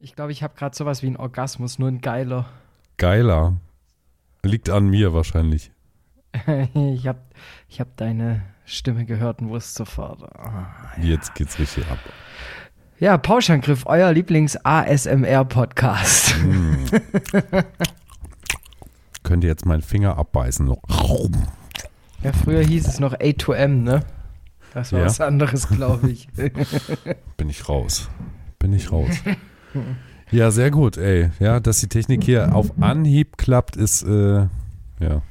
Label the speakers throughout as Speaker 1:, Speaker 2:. Speaker 1: Ich glaube, ich habe gerade sowas wie einen Orgasmus, nur ein geiler.
Speaker 2: Geiler. Liegt an mir wahrscheinlich.
Speaker 1: ich habe ich hab deine Stimme gehört und wusste sofort. Ah, ja.
Speaker 2: Jetzt geht's richtig ab.
Speaker 1: Ja, Pauschangriff, euer Lieblings-ASMR-Podcast.
Speaker 2: Hm. Könnt ihr jetzt meinen Finger abbeißen?
Speaker 1: Ja, früher hieß es noch A2M, ne? Das war
Speaker 2: Ja.
Speaker 1: was anderes, glaube ich.
Speaker 2: Bin ich raus. Bin ich raus. Ja, sehr gut, ey. Ja, dass die Technik hier auf Anhieb klappt, ist, äh, ja.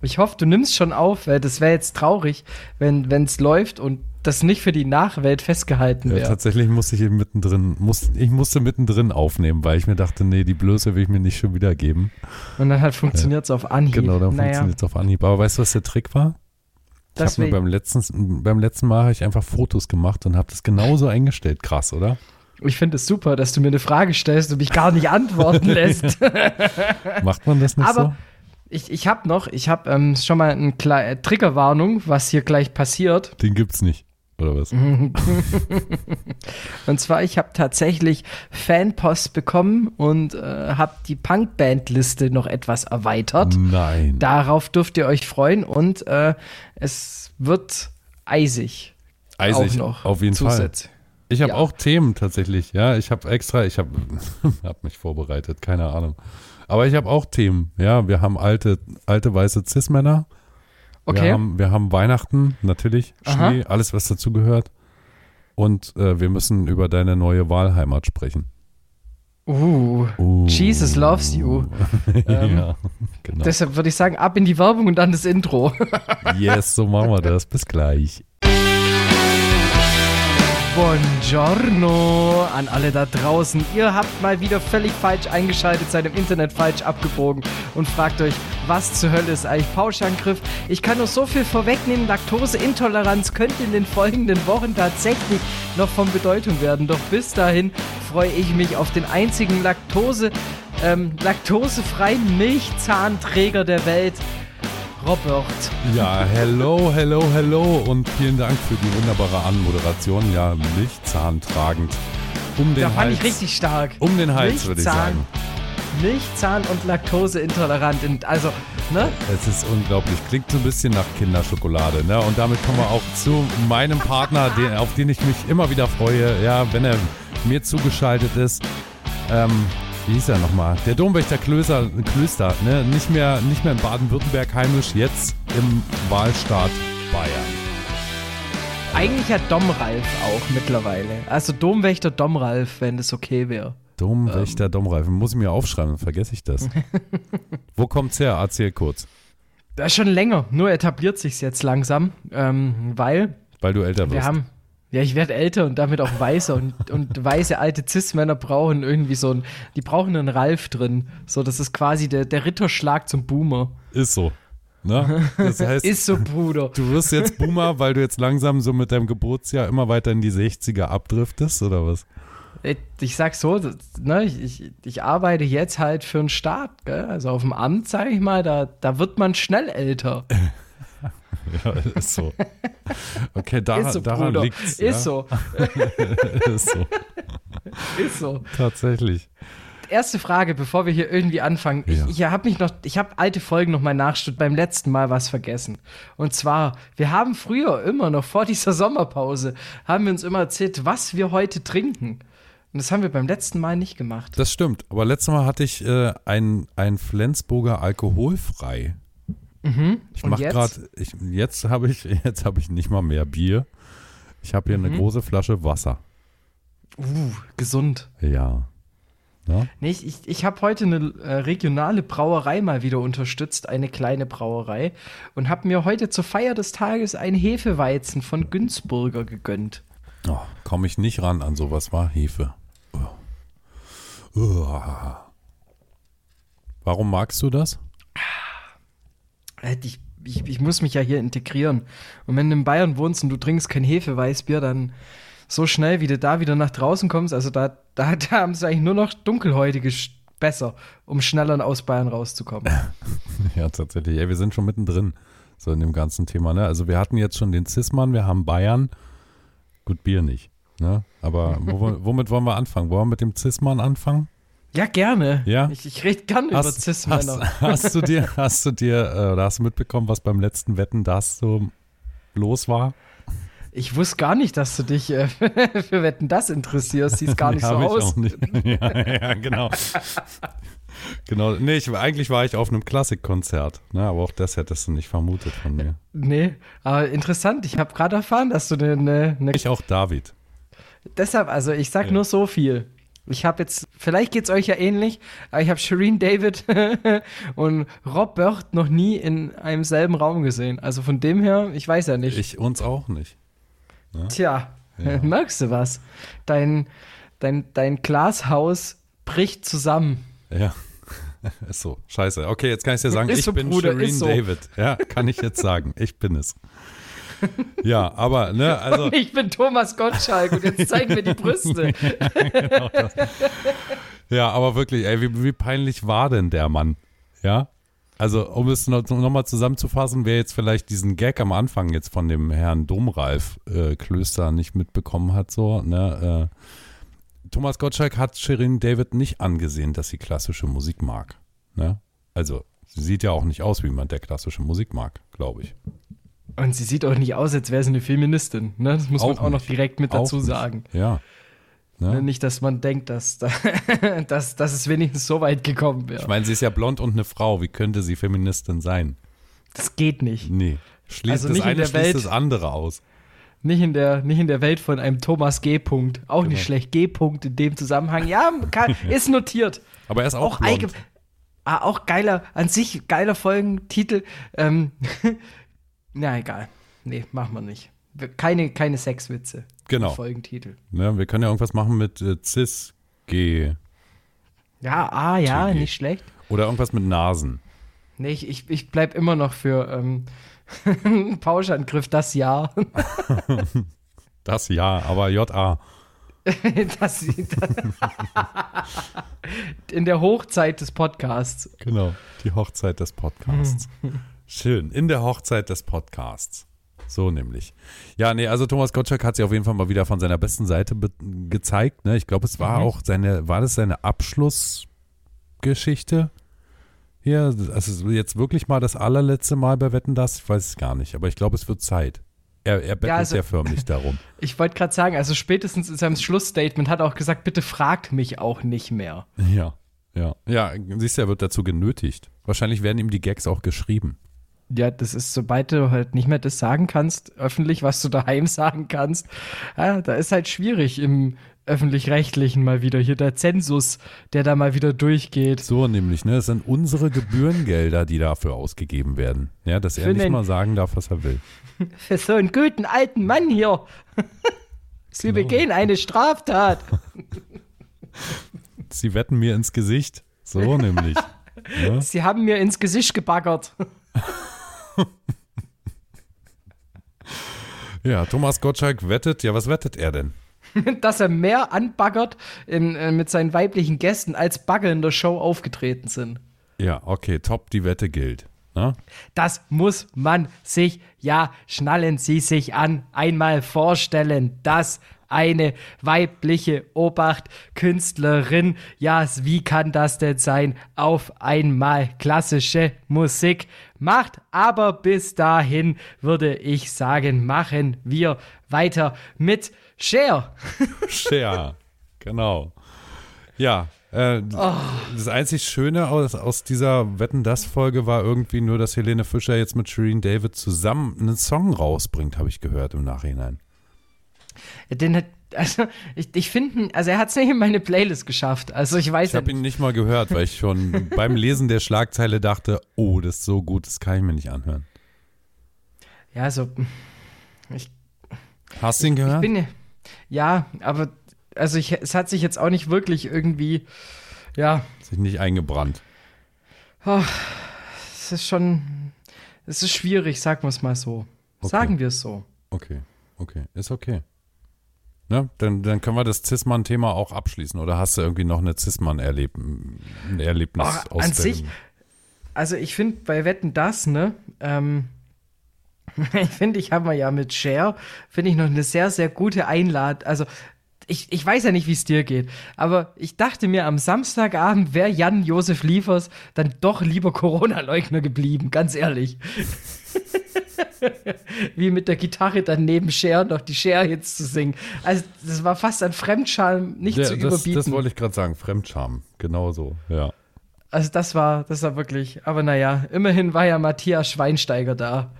Speaker 1: ich hoffe, du nimmst schon auf, weil das wäre jetzt traurig, wenn es läuft und das nicht für die Nachwelt festgehalten
Speaker 2: Ja,
Speaker 1: wäre.
Speaker 2: Tatsächlich musste ich eben mittendrin, muss, ich musste mittendrin aufnehmen, weil ich mir dachte, nee, die Blöße will ich mir nicht schon wieder geben.
Speaker 1: und dann halt funktioniert es auf Anhieb.
Speaker 2: Genau, dann
Speaker 1: naja,
Speaker 2: funktioniert es auf Anhieb. Aber weißt du, was der Trick war? Ich habe mir
Speaker 1: deswegen-
Speaker 2: beim letzten, beim letzten Mal hab ich einfach Fotos gemacht und habe das genauso eingestellt. Krass, oder?
Speaker 1: Ich finde es super, dass du mir eine Frage stellst und mich gar nicht antworten lässt.
Speaker 2: Macht man das nicht
Speaker 1: Aber ich, ich habe noch, ich habe ähm, schon mal eine Kle- äh, Triggerwarnung, was hier gleich passiert.
Speaker 2: so? Den gibt's nicht, oder was?
Speaker 1: Mhm. Und zwar, ich habe tatsächlich Fanpost bekommen und äh, habe die Punkband-Liste noch etwas erweitert.
Speaker 2: Mhm. Nein.
Speaker 1: Darauf dürft ihr euch freuen und äh, es wird eisig.
Speaker 2: Eisig,
Speaker 1: auch noch.
Speaker 2: auf jeden
Speaker 1: zusätzlich.
Speaker 2: Fall. Ich habe
Speaker 1: Ja.
Speaker 2: auch Themen tatsächlich. Ja, ich habe extra, ich habe hab mich vorbereitet, keine Ahnung. Aber ich habe auch Themen. Ja, wir haben alte, alte weiße Cis-Männer. Wir
Speaker 1: Okay,
Speaker 2: haben, wir haben Weihnachten, natürlich,
Speaker 1: Aha.
Speaker 2: Schnee, alles, was dazugehört. Und äh, wir müssen über deine neue Wahlheimat sprechen.
Speaker 1: uh,
Speaker 2: Uh.
Speaker 1: Jesus loves you. Ähm,
Speaker 2: ja, genau.
Speaker 1: Deshalb würde ich sagen, ab in die Werbung und dann das Intro.
Speaker 2: yes, so machen wir das. Bis gleich.
Speaker 1: Buongiorno an alle da draußen. Ihr habt mal wieder völlig falsch eingeschaltet, seid im Internet falsch abgebogen und fragt euch, was zur Hölle ist eigentlich Pauschangriff? Ich kann nur so viel vorwegnehmen, Laktoseintoleranz könnte in den folgenden Wochen tatsächlich noch von Bedeutung werden. Doch bis dahin freue ich mich auf den einzigen Laktose, ähm, laktosefreien Milchzahnträger der Welt, Robert.
Speaker 2: Ja, hello, hello, hello und vielen Dank für die wunderbare Anmoderation. Ja, Milchzahn tragend. Um den
Speaker 1: Da fand
Speaker 2: Hals.
Speaker 1: ich richtig stark.
Speaker 2: um den Hals, würde ich
Speaker 1: Milchzahn.
Speaker 2: sagen.
Speaker 1: Milchzahn und Laktoseintolerant. In, also, ne?
Speaker 2: Es ist unglaublich. Klingt so ein bisschen nach Kinderschokolade. Ne? Und damit kommen wir auch zu meinem Partner, den, auf den ich mich immer wieder freue, ja, wenn er mir zugeschaltet ist. Ähm, wie hieß er nochmal? Der Domwächter Klöster, Klöster ne? nicht, mehr, nicht mehr in Baden-Württemberg heimisch, jetzt im Wahlstaat Bayern.
Speaker 1: Eigentlich hat Domralf auch mittlerweile. Also Domwächter Domralf, wenn es okay wäre.
Speaker 2: Domwächter
Speaker 1: Ähm.
Speaker 2: Domreifen. Muss ich mir aufschreiben, dann vergesse ich das. Wo kommt's her? Erzähl kurz,
Speaker 1: Das ist schon länger, nur etabliert sich's jetzt langsam, ähm, weil
Speaker 2: weil du älter wirst.
Speaker 1: wir haben. Ja, ich werde älter und damit auch weißer und, und weiße alte Cis-Männer brauchen irgendwie so ein, die brauchen einen Ralf drin. So, das ist quasi der, der Ritterschlag zum Boomer.
Speaker 2: Ist so. Ne? Das heißt,
Speaker 1: Ist so, Bruder.
Speaker 2: Du wirst jetzt Boomer, weil du jetzt langsam so mit deinem Geburtsjahr immer weiter in die 60er abdriftest, oder was?
Speaker 1: Ich sag so, das- ne, ich, ich, ich arbeite jetzt halt für den Staat, gell? also auf dem Amt, sage ich mal, da, da wird man schnell älter.
Speaker 2: Ja, ist so. Okay, da,
Speaker 1: Ist so,
Speaker 2: daran
Speaker 1: Bruder.
Speaker 2: liegt's.
Speaker 1: Ist
Speaker 2: ja?
Speaker 1: so,
Speaker 2: ist so.
Speaker 1: ist so.
Speaker 2: Tatsächlich.
Speaker 1: Erste Frage, bevor wir hier irgendwie anfangen.
Speaker 2: Ja.
Speaker 1: Ich, ich habe mich noch, ich habe alte Folgen noch mal nachgestudiert, beim letzten Mal was vergessen. Und zwar, wir haben früher immer noch vor dieser Sommerpause, haben wir uns immer erzählt, was wir heute trinken. Und das haben wir beim letzten Mal nicht gemacht.
Speaker 2: Das stimmt. Aber letztes Mal hatte ich äh, ein, ein Flensburger alkoholfrei. Ich
Speaker 1: Mhm. Und
Speaker 2: mach
Speaker 1: jetzt?
Speaker 2: gerade, ich, jetzt habe ich, jetzt habe ich nicht mal mehr Bier. Ich habe hier eine
Speaker 1: Mhm.
Speaker 2: große Flasche Wasser.
Speaker 1: Uh, gesund.
Speaker 2: Ja. Ne? Na?
Speaker 1: Nee, ich ich, ich habe heute eine äh, regionale Brauerei mal wieder unterstützt, eine kleine Brauerei, und habe mir heute zur Feier des Tages ein Hefeweizen von Günzburger gegönnt.
Speaker 2: Oh, Komme ich nicht ran an sowas, war Hefe. Oh. Oh. Warum magst du das?
Speaker 1: Äh, Ich, ich, ich muss mich ja hier integrieren. Und wenn du in Bayern wohnst und du trinkst kein Hefeweißbier, dann so schnell, wie du da wieder nach draußen kommst, also da, da, da haben es eigentlich nur noch Dunkelhäutige sch- besser, um schneller aus Bayern rauszukommen.
Speaker 2: Äh. Ja, tatsächlich. Ey, wir sind schon mittendrin, so in dem ganzen Thema. Ne? Also wir hatten jetzt schon den Zismann, wir haben Bayern. Gut, Bier nicht. Ne? Aber wo, womit wollen wir anfangen? Wollen wir mit dem Zisman anfangen?
Speaker 1: Ja, gerne.
Speaker 2: Ja?
Speaker 1: Ich, ich rede gern über
Speaker 2: Hast, hast,
Speaker 1: Cis-Männer.
Speaker 2: hast du dir, hast du dir, äh, oder hast du mitbekommen, was beim letzten Wetten das so los war?
Speaker 1: Ich wusste gar nicht, dass du dich äh, für Wetten das interessierst. Sieht gar nicht
Speaker 2: Ja,
Speaker 1: so
Speaker 2: hab ich
Speaker 1: aus.
Speaker 2: Auch nicht. ja, ja, genau. genau. Nee, ich, eigentlich war ich auf einem Klassikkonzert, ne, aber auch das hättest du nicht vermutet von mir.
Speaker 1: Nee, aber interessant. Ich habe gerade erfahren, dass du eine. Ne, ne,
Speaker 2: Ich auch David.
Speaker 1: deshalb, also ich sag
Speaker 2: Ja.
Speaker 1: nur so viel. Ich habe jetzt, vielleicht geht's euch ja ähnlich, aber ich habe Shireen David und Rob Burt noch nie in einem selben Raum gesehen. Also von dem her, ich weiß ja nicht.
Speaker 2: Ich uns auch nicht.
Speaker 1: Tja,
Speaker 2: Ja.
Speaker 1: merkst du was? Dein, dein, dein Glashaus bricht zusammen.
Speaker 2: Ja. Ist so, scheiße. Okay, jetzt kann ich dir sagen,
Speaker 1: Ist
Speaker 2: ich
Speaker 1: so,
Speaker 2: bin
Speaker 1: Bruder,
Speaker 2: Shireen
Speaker 1: ist so.
Speaker 2: David. Ja, kann ich jetzt sagen. Ich bin es. Ja, aber, ne, also.
Speaker 1: und ich bin Thomas Gottschalk und jetzt zeigen wir die Brüste.
Speaker 2: Ja, aber wirklich, ey, wie, wie peinlich war denn der Mann? Ja? Also, um es nochmal zusammenzufassen, wer jetzt vielleicht diesen Gag am Anfang jetzt von dem Herrn Domralf äh, Klöster nicht mitbekommen hat, so, ne? Äh, Thomas Gottschalk hat Shirin David nicht angesehen, dass sie klassische Musik mag. Ne? Also, sie sieht ja auch nicht aus wie jemand, der klassische Musik mag, glaube ich.
Speaker 1: Und sie sieht auch nicht aus, als wäre sie eine Feministin. Ne? Das muss man auch noch
Speaker 2: nicht.
Speaker 1: direkt mit
Speaker 2: Auch
Speaker 1: dazu
Speaker 2: nicht.
Speaker 1: sagen.
Speaker 2: Ja.
Speaker 1: Ne?
Speaker 2: Ne?
Speaker 1: Nicht, dass man denkt, dass, da- dass, dass es wenigstens so weit gekommen wäre.
Speaker 2: Ich meine, sie ist ja blond und eine Frau. Wie könnte sie Feministin sein?
Speaker 1: das geht nicht.
Speaker 2: Nee. Schließt
Speaker 1: Also
Speaker 2: das
Speaker 1: nicht in
Speaker 2: eine,
Speaker 1: der
Speaker 2: schließt
Speaker 1: Welt.
Speaker 2: das andere aus.
Speaker 1: Nicht in, der, nicht in der Welt von einem Thomas G. Punkt. Auch
Speaker 2: Genau.
Speaker 1: nicht schlecht. G. Punkt in dem Zusammenhang. Ja, kann, ist notiert.
Speaker 2: Aber er ist auch,
Speaker 1: Auch,
Speaker 2: blond.
Speaker 1: allge- ah, auch geiler, an sich geiler Folgentitel. Ähm, na, egal. Nee, machen wir nicht. Wir- Keine, keine Sexwitze.
Speaker 2: Genau.
Speaker 1: Folgentitel.
Speaker 2: Ne, wir können ja irgendwas machen mit äh, Cis G
Speaker 1: Ja, ah, ja,
Speaker 2: TG.
Speaker 1: nicht schlecht.
Speaker 2: oder irgendwas mit Nasen.
Speaker 1: Nee, ich, ich, ich bleib immer noch für ähm, Pauschangriff das Jahr.
Speaker 2: Das ja, aber JA.
Speaker 1: das, das in der Hochzeit des Podcasts.
Speaker 2: Genau. Die Hochzeit des Podcasts. Schön. In der Hochzeit des Podcasts. So nämlich. Ja, nee, also Thomas Gottschalk hat sich auf jeden Fall mal wieder von seiner besten Seite be gezeigt. Ne? Ich glaube, es war auch seine, war das seine Abschlussgeschichte? Hier, also jetzt wirklich mal das allerletzte Mal bei Wetten das? Ich weiß es gar nicht, aber ich glaube, es wird Zeit. Er, er bettelt ja,
Speaker 1: also-
Speaker 2: förmlich darum.
Speaker 1: Ich wollte gerade sagen, also spätestens in seinem Schlussstatement hat er auch gesagt, bitte fragt mich auch nicht mehr.
Speaker 2: Ja, ja. Ja, siehst du, er wird dazu genötigt. Wahrscheinlich werden ihm die Gags auch geschrieben.
Speaker 1: Ja, das ist, sobald du halt nicht mehr das sagen kannst, öffentlich, was du daheim sagen kannst, ja, da ist halt schwierig im öffentlich-rechtlichen mal wieder hier der Zensus, der da mal wieder durchgeht.
Speaker 2: So nämlich, ne? Es sind unsere Gebührengelder, die dafür ausgegeben werden. Ja, dass er
Speaker 1: Für
Speaker 2: nicht
Speaker 1: den-
Speaker 2: mal sagen darf, was er will.
Speaker 1: Für so einen guten alten Mann hier. Sie begehen eine Straftat.
Speaker 2: Sie wetten mir ins Gesicht. So nämlich. ne? Ja?
Speaker 1: Sie haben mir ins Gesicht gebaggert.
Speaker 2: ja, Thomas Gottschalk wettet. Ja, was wettet er denn?
Speaker 1: Dass er mehr anbaggert in, äh, mit seinen weiblichen Gästen, als Bagger in der Show aufgetreten sind.
Speaker 2: Ja, okay, top, die Wette gilt. Ne?
Speaker 1: Das muss man sich, ja, schnallen Sie sich an, einmal vorstellen, dass eine weibliche Obacht, Künstlerin, ja, wie kann das denn sein, auf einmal klassische Musik macht. Aber bis dahin würde ich sagen, machen wir weiter mit Cher.
Speaker 2: Share. genau. Ja. Äh,
Speaker 1: Oh.
Speaker 2: Das einzig Schöne aus, aus dieser Wetten das Folge war irgendwie nur, dass Helene Fischer jetzt mit Shireen David zusammen einen Song rausbringt, habe ich gehört im Nachhinein.
Speaker 1: Den hat, also, ich, ich finde, also er hat es nicht in meine Playlist geschafft. Also ich weiß
Speaker 2: Ich habe
Speaker 1: nicht.
Speaker 2: ihn nicht mal gehört, weil ich schon beim Lesen der Schlagzeile dachte, oh, das ist so gut, das kann ich mir nicht anhören.
Speaker 1: Ja, so. Ich
Speaker 2: Hast du ihn gehört?
Speaker 1: bin ja, aber also ich, es hat sich jetzt auch nicht wirklich irgendwie, ja,
Speaker 2: Sich nicht eingebrannt.
Speaker 1: es ist schon, es ist schwierig, sagen wir es mal so.
Speaker 2: Okay.
Speaker 1: Sagen wir es so.
Speaker 2: Okay, okay, ist okay. Ne? Dann, dann können wir das Zisman-Thema auch abschließen. Oder hast du irgendwie noch eine Zisman-Erlebnis
Speaker 1: Ach,
Speaker 2: aus
Speaker 1: Ah, an
Speaker 2: dem-
Speaker 1: sich, also ich finde bei Wetten das, ne, ähm, Ich finde, ich habe mal ja mit Share, finde ich noch eine sehr, sehr gute Einlad. Also, ich, ich weiß ja nicht, wie es dir geht, aber ich dachte mir, am Samstagabend wäre Jan-Josef Liefers dann doch lieber Corona-Leugner geblieben, ganz ehrlich. wie mit der Gitarre dann neben Cher noch die Cher-Hits zu singen. Also, das war fast an Fremdscham nicht
Speaker 2: Der-
Speaker 1: zu
Speaker 2: das,
Speaker 1: überbieten.
Speaker 2: das wollte ich gerade sagen, Fremdscham, genau so, ja.
Speaker 1: Also das war, das war wirklich, aber naja, immerhin war ja Matthias Schweinsteiger da.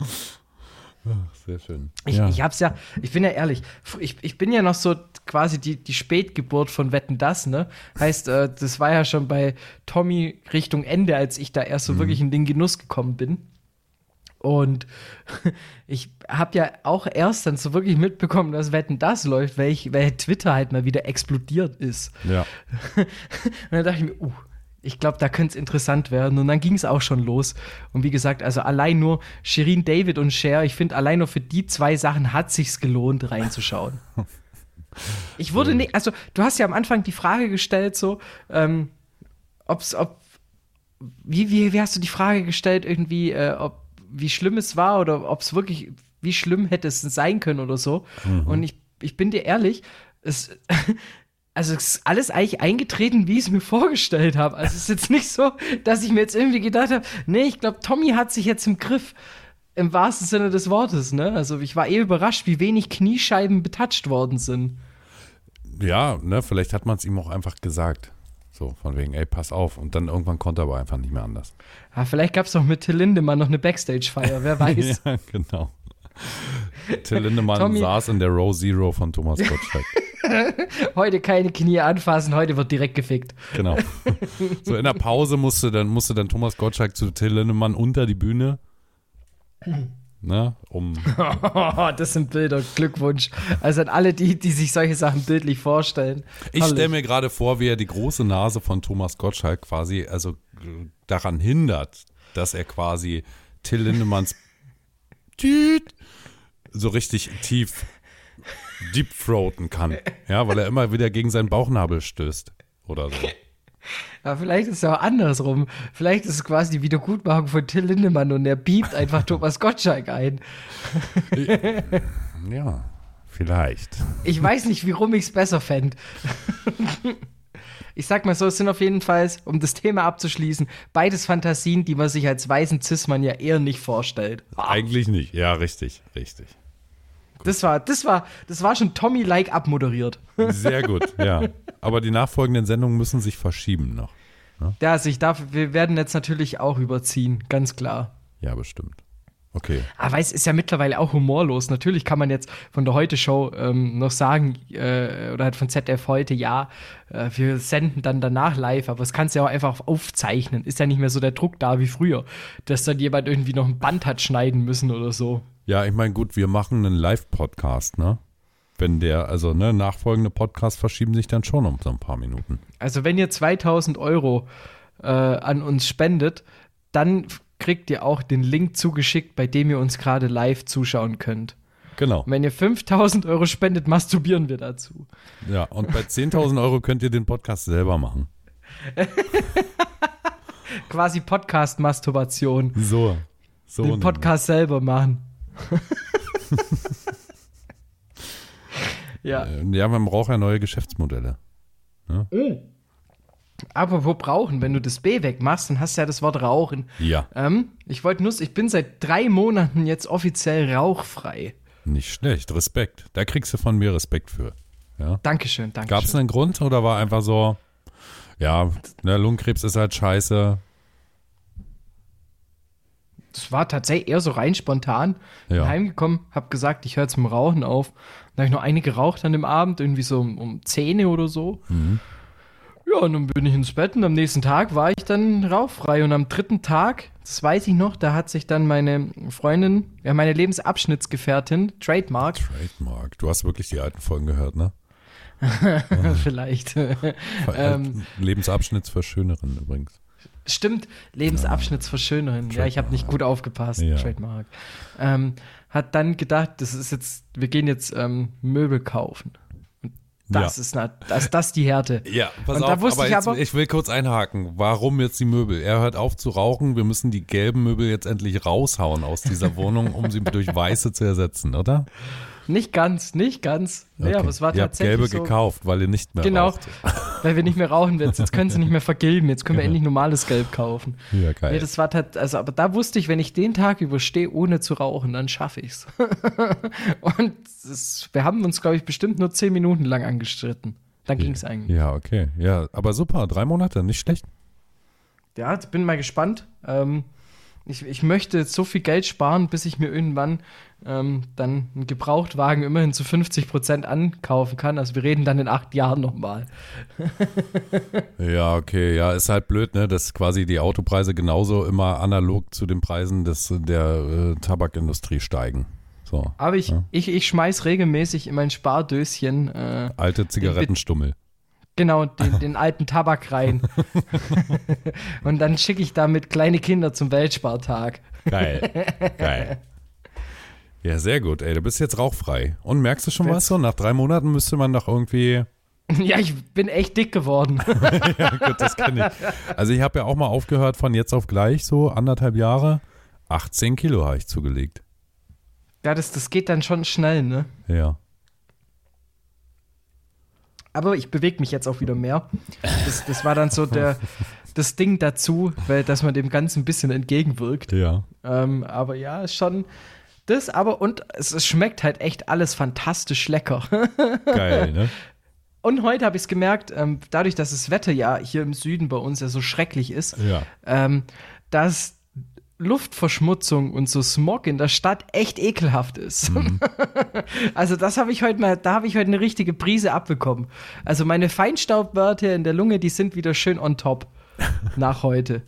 Speaker 2: Ach, Sehr schön.
Speaker 1: Ich,
Speaker 2: ja.
Speaker 1: ich hab's ja, ich bin ja ehrlich, fr- ich, ich bin ja noch so quasi die, die Spätgeburt von Wetten Das, ne? Heißt, äh, das war ja schon bei Tommy Richtung Ende, als ich da erst so wirklich in den Genuss gekommen bin. Und ich habe ja auch erst dann so wirklich mitbekommen, dass Wetten Das läuft, weil, ich, weil Twitter halt mal wieder explodiert ist.
Speaker 2: ja.
Speaker 1: Und dann dachte ich mir, uh, ich glaube, da könnte es interessant werden. Und dann ging es auch schon los. Und wie gesagt, also allein nur Shirin David und Cher, ich finde, allein nur für die zwei Sachen hat sich's gelohnt, reinzuschauen. Ich wurde nicht, also du hast ja am Anfang die Frage gestellt, so, ähm, ob's, ob, wie, wie, wie hast du die Frage gestellt, irgendwie, äh, ob, wie schlimm es war oder ob es wirklich, wie schlimm hätte es sein können oder so. Und ich, ich bin dir ehrlich, es, also es ist alles eigentlich eingetreten, wie ich es mir vorgestellt habe. Also es ist jetzt nicht so, dass ich mir jetzt irgendwie gedacht habe, nee, ich glaube, Tommy hat sich jetzt im Griff. Im wahrsten Sinne des Wortes, ne? Also ich war eh überrascht, wie wenig Kniescheiben betatscht worden sind.
Speaker 2: Ja, ne, vielleicht hat man es ihm auch einfach gesagt. So, von wegen, ey, pass auf. Und dann irgendwann konnte er aber einfach nicht mehr anders.
Speaker 1: Ja, vielleicht gab es doch mit Till Lindemann noch eine Backstage-Feier, wer weiß.
Speaker 2: Ja, genau. Till Lindemann
Speaker 1: Tommy-
Speaker 2: saß in der Row Zero von Thomas Gottschalk.
Speaker 1: Heute keine Knie anfassen, heute wird direkt gefickt.
Speaker 2: genau. So in der Pause musste dann, musste dann Thomas Gottschalk zu Till Lindemann unter die Bühne. Ne, um,
Speaker 1: Oh, das sind Bilder, Glückwunsch. Also an alle die, die sich solche Sachen bildlich vorstellen.
Speaker 2: ich
Speaker 1: Herrlich.
Speaker 2: stelle mir gerade vor, wie er die große Nase von Thomas Gottschalk quasi also äh, daran hindert, dass er quasi Till Lindemanns Tüt so richtig tief deepthroaten kann. Ja, weil er immer wieder gegen seinen Bauchnabel stößt oder so.
Speaker 1: Aber vielleicht ist es ja auch andersrum. Vielleicht ist es quasi die Wiedergutmachung von Till Lindemann und er biebt einfach Thomas Gottschalk ein.
Speaker 2: Ja, vielleicht.
Speaker 1: Ich weiß nicht, wie rum ich es besser fände. Ich sag mal so, es sind auf jeden Fall, um das Thema abzuschließen, beides Fantasien, die man sich als weißen Cis-Mann ja eher nicht vorstellt.
Speaker 2: Eigentlich nicht. Ja, richtig, richtig.
Speaker 1: Das war, das war, das war schon Tommy-like abmoderiert.
Speaker 2: Sehr gut, ja. Aber die nachfolgenden Sendungen müssen sich verschieben noch.
Speaker 1: Ja, also ich darf, wir werden jetzt natürlich auch überziehen, ganz klar.
Speaker 2: Ja, bestimmt. Okay.
Speaker 1: Aber es Ah, ist ja mittlerweile auch humorlos. Natürlich kann man jetzt von der Heute-Show ähm, noch sagen, äh, oder halt von ZDF heute, ja, äh, wir senden dann danach live, aber das kannst du ja auch einfach aufzeichnen. Ist ja nicht mehr so der Druck da wie früher, dass dann jemand irgendwie noch ein Band hat schneiden müssen oder so.
Speaker 2: Ja, ich meine, gut, wir machen einen Live-Podcast, ne? Wenn der, also ne, nachfolgende Podcast verschieben sich dann schon um so ein paar Minuten.
Speaker 1: Also wenn ihr 2000 Euro äh, an uns spendet, dann f- kriegt ihr auch den Link zugeschickt, bei dem ihr uns gerade live zuschauen könnt.
Speaker 2: Genau.
Speaker 1: Und wenn ihr 5000 Euro spendet, masturbieren wir dazu.
Speaker 2: Ja, und bei 10.000 Euro könnt ihr den Podcast selber machen.
Speaker 1: Quasi Podcast-Masturbation.
Speaker 2: So. So.
Speaker 1: Den
Speaker 2: nämlich.
Speaker 1: Podcast selber machen. ja.
Speaker 2: Äh, Ja, man braucht ja neue Geschäftsmodelle.
Speaker 1: Äh. Apropos Rauchen, wenn du das B wegmachst, dann hast du ja das Wort Rauchen.
Speaker 2: Ja.
Speaker 1: Ähm, ich wollte nur, ich bin seit drei Monaten jetzt offiziell rauchfrei.
Speaker 2: Nicht schlecht. Respekt. Da kriegst du von mir Respekt für. Ja.
Speaker 1: Dankeschön, danke.
Speaker 2: Gab es einen Grund oder war einfach so, ja, ne, Lungenkrebs ist halt scheiße.
Speaker 1: Das war tatsächlich eher so rein spontan. Bin
Speaker 2: Ja.
Speaker 1: heimgekommen, hab gesagt, ich höre jetzt mit dem Rauchen auf. Dann habe ich noch eine geraucht an dem Abend, irgendwie so um, um 10 Uhr oder so. Ja, und dann bin ich ins Bett und am nächsten Tag war ich dann rauchfrei. Und am dritten Tag, das weiß ich noch, da hat sich dann meine Freundin, ja, meine Lebensabschnittsgefährtin, Trademark,
Speaker 2: Trademark. Du hast wirklich die alten Folgen gehört, ne?
Speaker 1: vielleicht,
Speaker 2: Ähm, Lebensabschnittsverschönerin übrigens.
Speaker 1: Stimmt, Lebensabschnittsverschönerin. Ja, ich habe nicht gut aufgepasst,
Speaker 2: Ja.
Speaker 1: Trademark. Ähm, hat dann gedacht, das ist jetzt, wir gehen jetzt ähm, Möbel kaufen. Und Das ist na, das, das die Härte.
Speaker 2: Ja, pass
Speaker 1: Und
Speaker 2: auf,
Speaker 1: da wusste
Speaker 2: aber
Speaker 1: ich
Speaker 2: jetzt,
Speaker 1: aber-
Speaker 2: ich will kurz einhaken. Warum jetzt die Möbel? Er hört auf zu rauchen. Wir müssen die gelben Möbel jetzt endlich raushauen aus dieser Wohnung, um sie durch weiße zu ersetzen, oder?
Speaker 1: Nicht ganz, nicht ganz. Ja, aber es war
Speaker 2: ihr habt
Speaker 1: tatsächlich
Speaker 2: gelbe
Speaker 1: so.
Speaker 2: gekauft, weil ihr nicht mehr
Speaker 1: Genau,
Speaker 2: raucht.
Speaker 1: weil wir nicht mehr rauchen jetzt. Jetzt können sie nicht mehr vergilben. Jetzt können wir
Speaker 2: Genau.
Speaker 1: endlich normales Gelb kaufen.
Speaker 2: Ja, geil.
Speaker 1: Nee, das war tat, also, aber da wusste ich, wenn ich den Tag überstehe, ohne zu rauchen, dann schaffe ich's. Und es, wir haben uns, glaube ich, bestimmt nur zehn Minuten lang angestritten. Dann ging's eigentlich.
Speaker 2: Ja, okay. Ja, aber super. Drei Monate, nicht schlecht.
Speaker 1: Ja, jetzt bin mal gespannt. Ähm, ich, ich möchte jetzt so viel Geld sparen, bis ich mir irgendwann ähm, dann einen Gebrauchtwagen immerhin zu 50 Prozent ankaufen kann. Also wir reden dann in acht Jahren nochmal.
Speaker 2: Ja, okay, ja, ist halt blöd, ne, dass quasi die Autopreise genauso immer analog zu den Preisen des, der äh, Tabakindustrie steigen. So,
Speaker 1: Aber ich, ich, ich schmeiß regelmäßig in mein Spardöschen äh,
Speaker 2: alte Zigarettenstummel.
Speaker 1: genau den, den alten Tabak rein. Und dann schicke ich damit kleine Kinder zum Weltspartag.
Speaker 2: Geil, geil. Ja, sehr gut, ey, du bist jetzt rauchfrei. Und merkst du schon was so? Nach drei Monaten müsste man doch irgendwie,
Speaker 1: ja, ich bin echt dick geworden.
Speaker 2: gut, das kenne ich. Also ich habe ja auch mal aufgehört von jetzt auf gleich, so anderthalb Jahre. 18 Kilo habe ich zugelegt.
Speaker 1: ja, das, das geht dann schon schnell, ne?
Speaker 2: Ja.
Speaker 1: Aber ich bewege mich jetzt auch wieder mehr. Das, das war dann so der, das Ding dazu, weil, dass man dem Ganzen ein bisschen entgegenwirkt.
Speaker 2: Ja.
Speaker 1: Ähm, aber ja, ist schon das, aber und es, es schmeckt halt echt alles fantastisch lecker.
Speaker 2: Geil, ne?
Speaker 1: Und heute habe ich es gemerkt, ähm, dadurch, dass das Wetter ja hier im Süden bei uns ja so schrecklich ist,
Speaker 2: Ja.
Speaker 1: ähm, dass Luftverschmutzung und so Smog in der Stadt echt ekelhaft ist.
Speaker 2: Mhm.
Speaker 1: also das habe ich heute mal, da habe ich heute eine richtige Prise abbekommen. Also meine Feinstaubwerte in der Lunge, die sind wieder schön on top nach heute.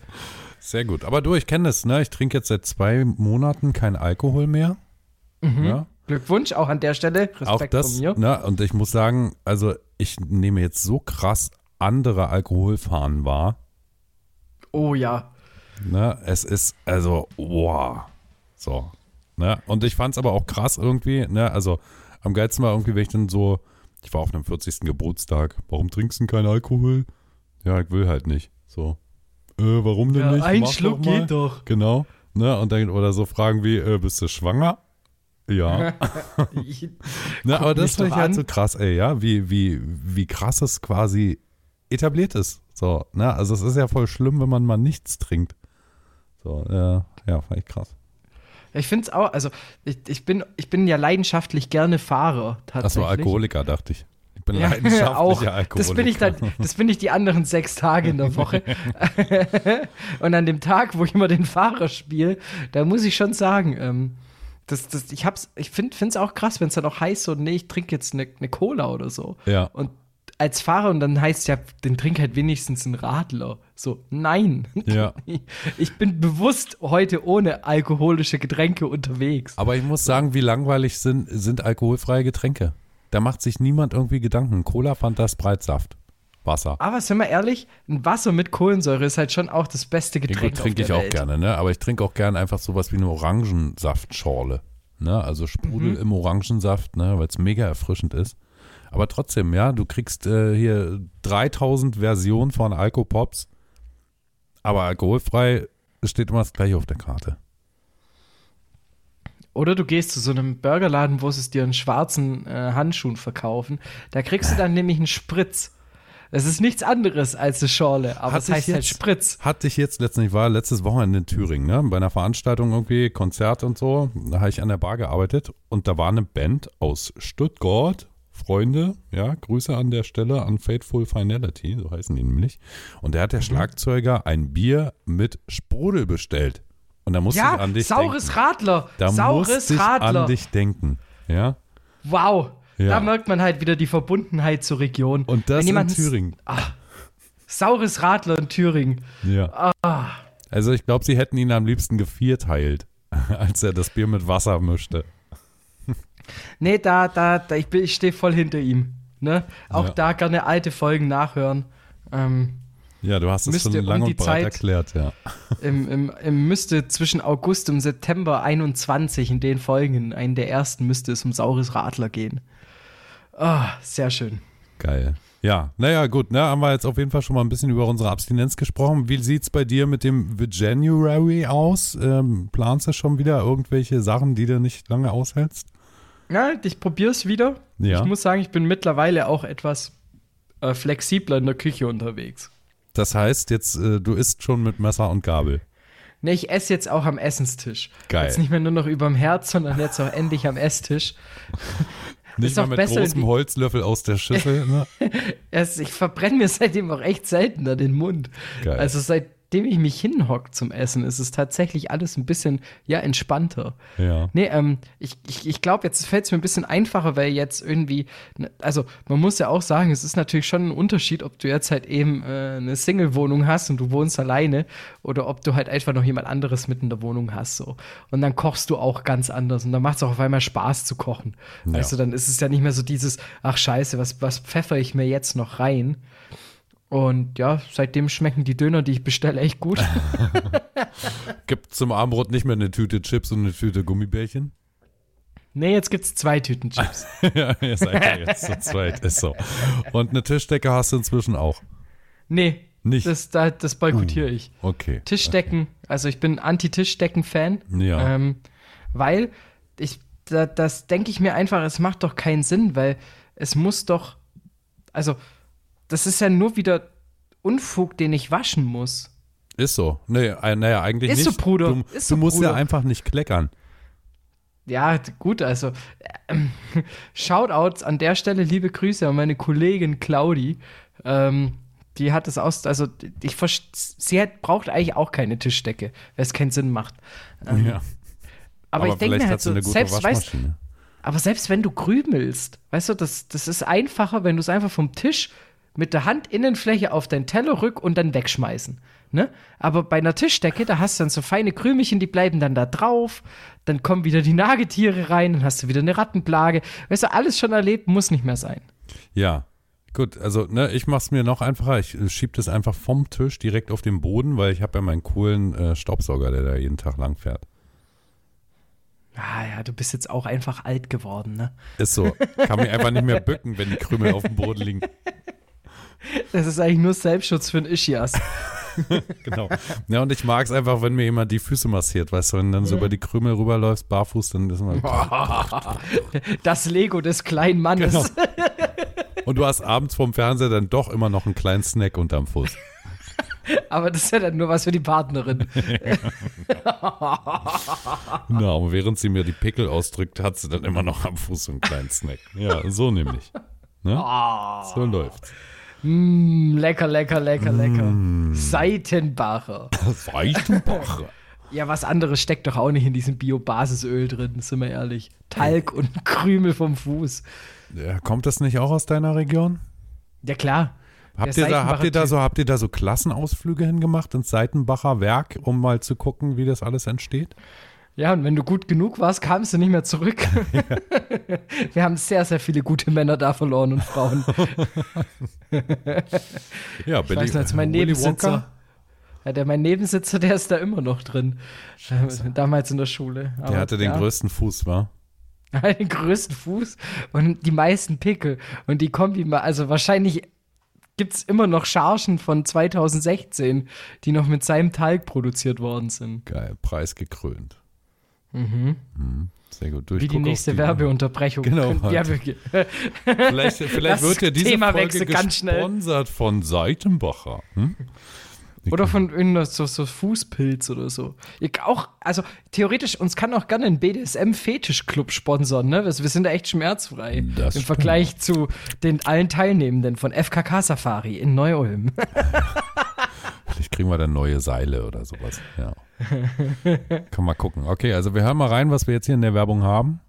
Speaker 2: Sehr gut. Aber du, ich kenne das, ne? Ich trinke jetzt seit zwei Monaten keinen Alkohol mehr. Ja?
Speaker 1: Glückwunsch auch an der Stelle. Mhm. Respekt
Speaker 2: Auch das,
Speaker 1: von mir.
Speaker 2: ne? Und ich muss sagen, also ich nehme jetzt so krass andere Alkoholfahren wahr.
Speaker 1: Oh ja.
Speaker 2: Ne? Es ist, also, wow. So. Ne? Und ich fand es aber auch krass irgendwie, ne? Also am geilsten war irgendwie, wenn ich dann so, ich war auf einem 40. Geburtstag. Warum trinkst du denn keinen Alkohol? Ja, ich will halt nicht. So. Äh, warum denn
Speaker 1: Ja,
Speaker 2: nicht?
Speaker 1: ein
Speaker 2: Mach
Speaker 1: Schluck
Speaker 2: mal.
Speaker 1: geht doch.
Speaker 2: Genau. Ne? Und dann, oder so Fragen wie, äh, bist du schwanger? Ja. ne, aber
Speaker 1: mich
Speaker 2: das finde ich
Speaker 1: doch
Speaker 2: halt
Speaker 1: an.
Speaker 2: so krass, ey, ja, wie, wie, wie krass es quasi etabliert ist. So, ne? Also es ist ja voll schlimm, wenn man mal nichts trinkt. So, äh, ja, fand ich krass.
Speaker 1: Ich finde es auch, also ich, ich, bin, ich bin ja leidenschaftlich gerne Fahrer
Speaker 2: Achso,
Speaker 1: tatsächlich.
Speaker 2: Alkoholiker, dachte ich. Ich bin
Speaker 1: Ja,
Speaker 2: leidenschaftlicher
Speaker 1: auch.
Speaker 2: Alkoholiker.
Speaker 1: Das bin ich dann, das bin ich die anderen sechs Tage in der Woche. und an dem Tag, wo ich immer den Fahrer spiele, da muss ich schon sagen, ähm, das, das, ich hab's, ich finde es auch krass, wenn es dann auch heißt, so, nee, ich trinke jetzt eine ne Cola oder so.
Speaker 2: Ja.
Speaker 1: Und als Fahrer und dann heißt ja, den trink halt wenigstens einen Radler. So, nein.
Speaker 2: Ja.
Speaker 1: Ich bin bewusst heute ohne alkoholische Getränke unterwegs.
Speaker 2: Aber ich muss sagen, wie langweilig sind, sind alkoholfreie Getränke. Da macht sich niemand irgendwie Gedanken. Cola, Fanta, Sprite, Saft, Wasser.
Speaker 1: Aber sind wir ehrlich, ein Wasser mit Kohlensäure ist halt schon auch das beste
Speaker 2: Ja,
Speaker 1: Getränk.
Speaker 2: gut,
Speaker 1: auf
Speaker 2: trinke ich
Speaker 1: der
Speaker 2: auch
Speaker 1: Welt.
Speaker 2: gerne, ne? Aber ich trinke auch gerne einfach sowas wie eine Orangensaftschorle. Ne? Also Sprudel
Speaker 1: Mhm.
Speaker 2: im Orangensaft, ne? weil es mega erfrischend ist. Aber trotzdem, ja, du kriegst äh, hier 3000 Versionen von Alkopops, aber alkoholfrei steht immer das gleiche auf der Karte.
Speaker 1: Oder du gehst zu so einem Burgerladen, wo sie es dir in schwarzen äh, Handschuhen verkaufen. Da kriegst du dann nämlich einen Spritz. Es ist nichts anderes als eine Schorle, aber
Speaker 2: Hatte
Speaker 1: es
Speaker 2: ich
Speaker 1: heißt halt
Speaker 2: jetzt-
Speaker 1: Spritz.
Speaker 2: Hatte ich jetzt letztens, ich war letztes Wochenende in Thüringen, ne? bei einer Veranstaltung irgendwie, Konzert und so, da habe ich an der Bar gearbeitet und da war eine Band aus Stuttgart, Freunde, ja, Grüße an der Stelle an Faithful Finality, so heißen die nämlich. Und da hat
Speaker 1: Mhm.
Speaker 2: der Schlagzeuger ein Bier mit Sprudel bestellt. Und da musste
Speaker 1: Ja,
Speaker 2: ich an dich
Speaker 1: saures
Speaker 2: denken.
Speaker 1: Radler.
Speaker 2: Da
Speaker 1: saures
Speaker 2: musste ich
Speaker 1: Radler.
Speaker 2: an dich denken, ja.
Speaker 1: Wow.
Speaker 2: Ja.
Speaker 1: Da merkt man halt wieder die Verbundenheit zur Region.
Speaker 2: Und das
Speaker 1: Wenn
Speaker 2: in
Speaker 1: jemand-
Speaker 2: Thüringen,
Speaker 1: Saures Radler in Thüringen.
Speaker 2: ja.
Speaker 1: Ah.
Speaker 2: Also ich glaube, sie hätten ihn am liebsten gevierteilt, als er das Bier mit Wasser mischte.
Speaker 1: Nee, da, da, da ich, bin- ich stehe voll hinter ihm. Ne? Auch
Speaker 2: Ja.
Speaker 1: da gerne alte Folgen nachhören. Ähm,
Speaker 2: Ja, du hast es
Speaker 1: Müsste
Speaker 2: schon
Speaker 1: um
Speaker 2: lang
Speaker 1: die
Speaker 2: und breit
Speaker 1: Zeit-
Speaker 2: erklärt, ja.
Speaker 1: im, im, im müsste zwischen August und September 21 in den Folgen, in einen der ersten, müsste es um saures Radler gehen. Ah, sehr schön.
Speaker 2: Geil. Ja, naja, gut, ne, haben wir jetzt auf jeden Fall schon mal ein bisschen über unsere Abstinenz gesprochen. Wie sieht es bei dir mit dem January aus? Ähm, planst du schon wieder irgendwelche Sachen, die du nicht lange aushältst?
Speaker 1: Ja, ich probiere es wieder.
Speaker 2: Ja.
Speaker 1: Ich muss sagen, ich bin mittlerweile auch etwas äh, flexibler in der Küche unterwegs.
Speaker 2: Das heißt, jetzt, äh, du isst schon mit Messer und Gabel.
Speaker 1: Ne, ich esse jetzt auch am Essenstisch.
Speaker 2: Geil.
Speaker 1: Jetzt nicht mehr nur noch überm Herz, sondern jetzt auch endlich am Esstisch.
Speaker 2: Nicht
Speaker 1: Ist
Speaker 2: mal
Speaker 1: doch
Speaker 2: mit
Speaker 1: besser,
Speaker 2: großem
Speaker 1: die-
Speaker 2: Holzlöffel aus der Schüssel. Ne?
Speaker 1: Es, ich verbrenne mir seitdem auch echt seltener den Mund.
Speaker 2: Geil.
Speaker 1: Also seitdem ich mich hinhocke zum Essen, ist es tatsächlich alles ein bisschen, ja, entspannter.
Speaker 2: Ja.
Speaker 1: Nee, ähm, ich, ich, ich glaube, jetzt fällt es mir ein bisschen einfacher, weil jetzt irgendwie, ne, also man muss ja auch sagen, es ist natürlich schon ein Unterschied, ob du jetzt halt eben äh, eine Single-Wohnung hast und du wohnst alleine oder ob du halt einfach noch jemand anderes mit in der Wohnung hast. so. Und dann kochst du auch ganz anders und dann macht es auch auf einmal Spaß zu kochen.
Speaker 2: Ja.
Speaker 1: Also dann ist es ja nicht mehr so dieses, ach scheiße, was, was pfeffere ich mir jetzt noch rein? Und ja, seitdem schmecken die Döner, die ich bestelle, echt gut.
Speaker 2: Gibt zum Armbrot nicht mehr eine Tüte Chips und eine Tüte Gummibärchen?
Speaker 1: nee, jetzt gibt's zwei Tüten Chips.
Speaker 2: ja, ihr seid ja jetzt zu zweit. Ist so. Und eine Tischdecke hast du inzwischen auch.
Speaker 1: Nee.
Speaker 2: Nicht? Hm.
Speaker 1: Das, da, das boykottiere ich.
Speaker 2: Okay.
Speaker 1: Tischdecken, also ich bin Anti-Tischdecken-Fan.
Speaker 2: Ja.
Speaker 1: Ähm, weil ich, da, das denke ich mir einfach, es macht doch keinen Sinn, weil es muss doch, also das ist ja nur wieder Unfug, den ich waschen muss.
Speaker 2: Ist so. Nee, äh, naja, eigentlich
Speaker 1: Ist
Speaker 2: nicht.
Speaker 1: so, Bruder.
Speaker 2: Du,
Speaker 1: Ist
Speaker 2: du
Speaker 1: so,
Speaker 2: musst ja
Speaker 1: Bruder.
Speaker 2: einfach nicht kleckern.
Speaker 1: Ja, d- gut, also ähm, Shoutouts an der Stelle, liebe Grüße an meine Kollegin Claudi. Ähm, die hat es aus, also ich verst- sie hat, braucht eigentlich auch keine Tischdecke, weil es keinen Sinn macht. Ähm,
Speaker 2: Ja.
Speaker 1: Aber, ich denke mir halt
Speaker 2: hast du
Speaker 1: so, selbst, weißt,
Speaker 2: Waschmaschine.
Speaker 1: aber selbst wenn du krümelst, weißt du, das, das ist einfacher, wenn du es einfach vom Tisch mit der Handinnenfläche auf deinen Teller rück und dann wegschmeißen. Ne? Aber bei einer Tischdecke, da hast du dann so feine Krümelchen, die bleiben dann da drauf, dann kommen wieder die Nagetiere rein, dann hast du wieder eine Rattenplage. Weißt du, alles schon erlebt, muss nicht mehr sein.
Speaker 2: Ja. Gut, also ne, ich mach's mir noch einfacher. Ich äh, schieb das einfach vom Tisch direkt auf den Boden, weil ich habe ja meinen coolen äh, Staubsauger, der da jeden Tag lang fährt.
Speaker 1: Ah ja, du bist jetzt auch einfach alt geworden, ne?
Speaker 2: Ist so. Kann mich einfach nicht mehr bücken, wenn die Krümel auf dem Boden liegen.
Speaker 1: Das ist eigentlich nur Selbstschutz für den Ischias.
Speaker 2: Genau. Ja, und ich mag es einfach, wenn mir jemand die Füße massiert, weißt du, wenn du dann so über die Krümel rüberläufst, barfuß, dann ist man.
Speaker 1: Das Lego des kleinen Mannes.
Speaker 2: Genau. Und du hast abends vorm Fernseher dann doch immer noch einen kleinen Snack unterm Fuß.
Speaker 1: Aber das ist ja dann nur was für die Partnerin.
Speaker 2: Genau, und während sie mir die Pickel ausdrückt, hat sie dann immer noch am Fuß so einen kleinen Snack. Ja, so nämlich. Ne?
Speaker 1: Ah.
Speaker 2: So läuft's.
Speaker 1: Mm, lecker, lecker, lecker, lecker. Seitenbacher.
Speaker 2: Das Reichenbach.
Speaker 1: Ja, was anderes steckt doch auch nicht in diesem Bio-Basisöl drin, sind wir ehrlich. Talg und Krümel vom Fuß.
Speaker 2: Ja, kommt das nicht auch aus deiner Region?
Speaker 1: Ja, klar.
Speaker 2: Habt
Speaker 1: Der
Speaker 2: ihr, da, habt, ihr da
Speaker 1: Seitenbacher-Typ.
Speaker 2: so, habt ihr da so Klassenausflüge hingemacht ins Seitenbacher Werk, um mal zu gucken, wie das alles entsteht?
Speaker 1: Ja, und wenn du gut genug warst, kamst du nicht mehr zurück. wir haben sehr, sehr viele gute Männer da verloren und Frauen.
Speaker 2: Ja,
Speaker 1: Ich weiß noch, als mein Nebensitzer. Ja, der, mein Nebensitzer, der ist da immer noch drin. Damals in der Schule. Aber,
Speaker 2: Der hatte den
Speaker 1: ja.
Speaker 2: größten Fuß, war?
Speaker 1: den größten Fuß und die meisten Pickel. Und die Kombi, ma- also wahrscheinlich gibt es immer noch Chargen von 2016, die noch mit seinem Talg produziert worden sind.
Speaker 2: Geil, preisgekrönt. Mhm. Sehr gut. Du, ich
Speaker 1: Wie die
Speaker 2: guck auf
Speaker 1: nächste Werbeunterbrechung.
Speaker 2: Genau,
Speaker 1: Könnt-
Speaker 2: halt.
Speaker 1: Werbe
Speaker 2: Vielleicht, vielleicht
Speaker 1: Das
Speaker 2: wird ja diese
Speaker 1: Thema
Speaker 2: Folge
Speaker 1: wechselt ganz schnell.
Speaker 2: gesponsert von Seitenbacher. Hm?
Speaker 1: oder von irgendeiner so, so Fußpilz oder so. Ihr, auch, also theoretisch, uns kann auch gerne ein BDSM-Fetisch-Club sponsern, ne? Wir wir sind da echt schmerzfrei.
Speaker 2: Das
Speaker 1: Im
Speaker 2: stimmt.
Speaker 1: Vergleich zu den allen Teilnehmenden von FKK Safari in Neu-Ulm.
Speaker 2: Vielleicht kriegen wir dann neue Seile oder sowas. Ja. Kann mal gucken. Okay, also wir hören mal rein, was wir jetzt hier in der Werbung haben.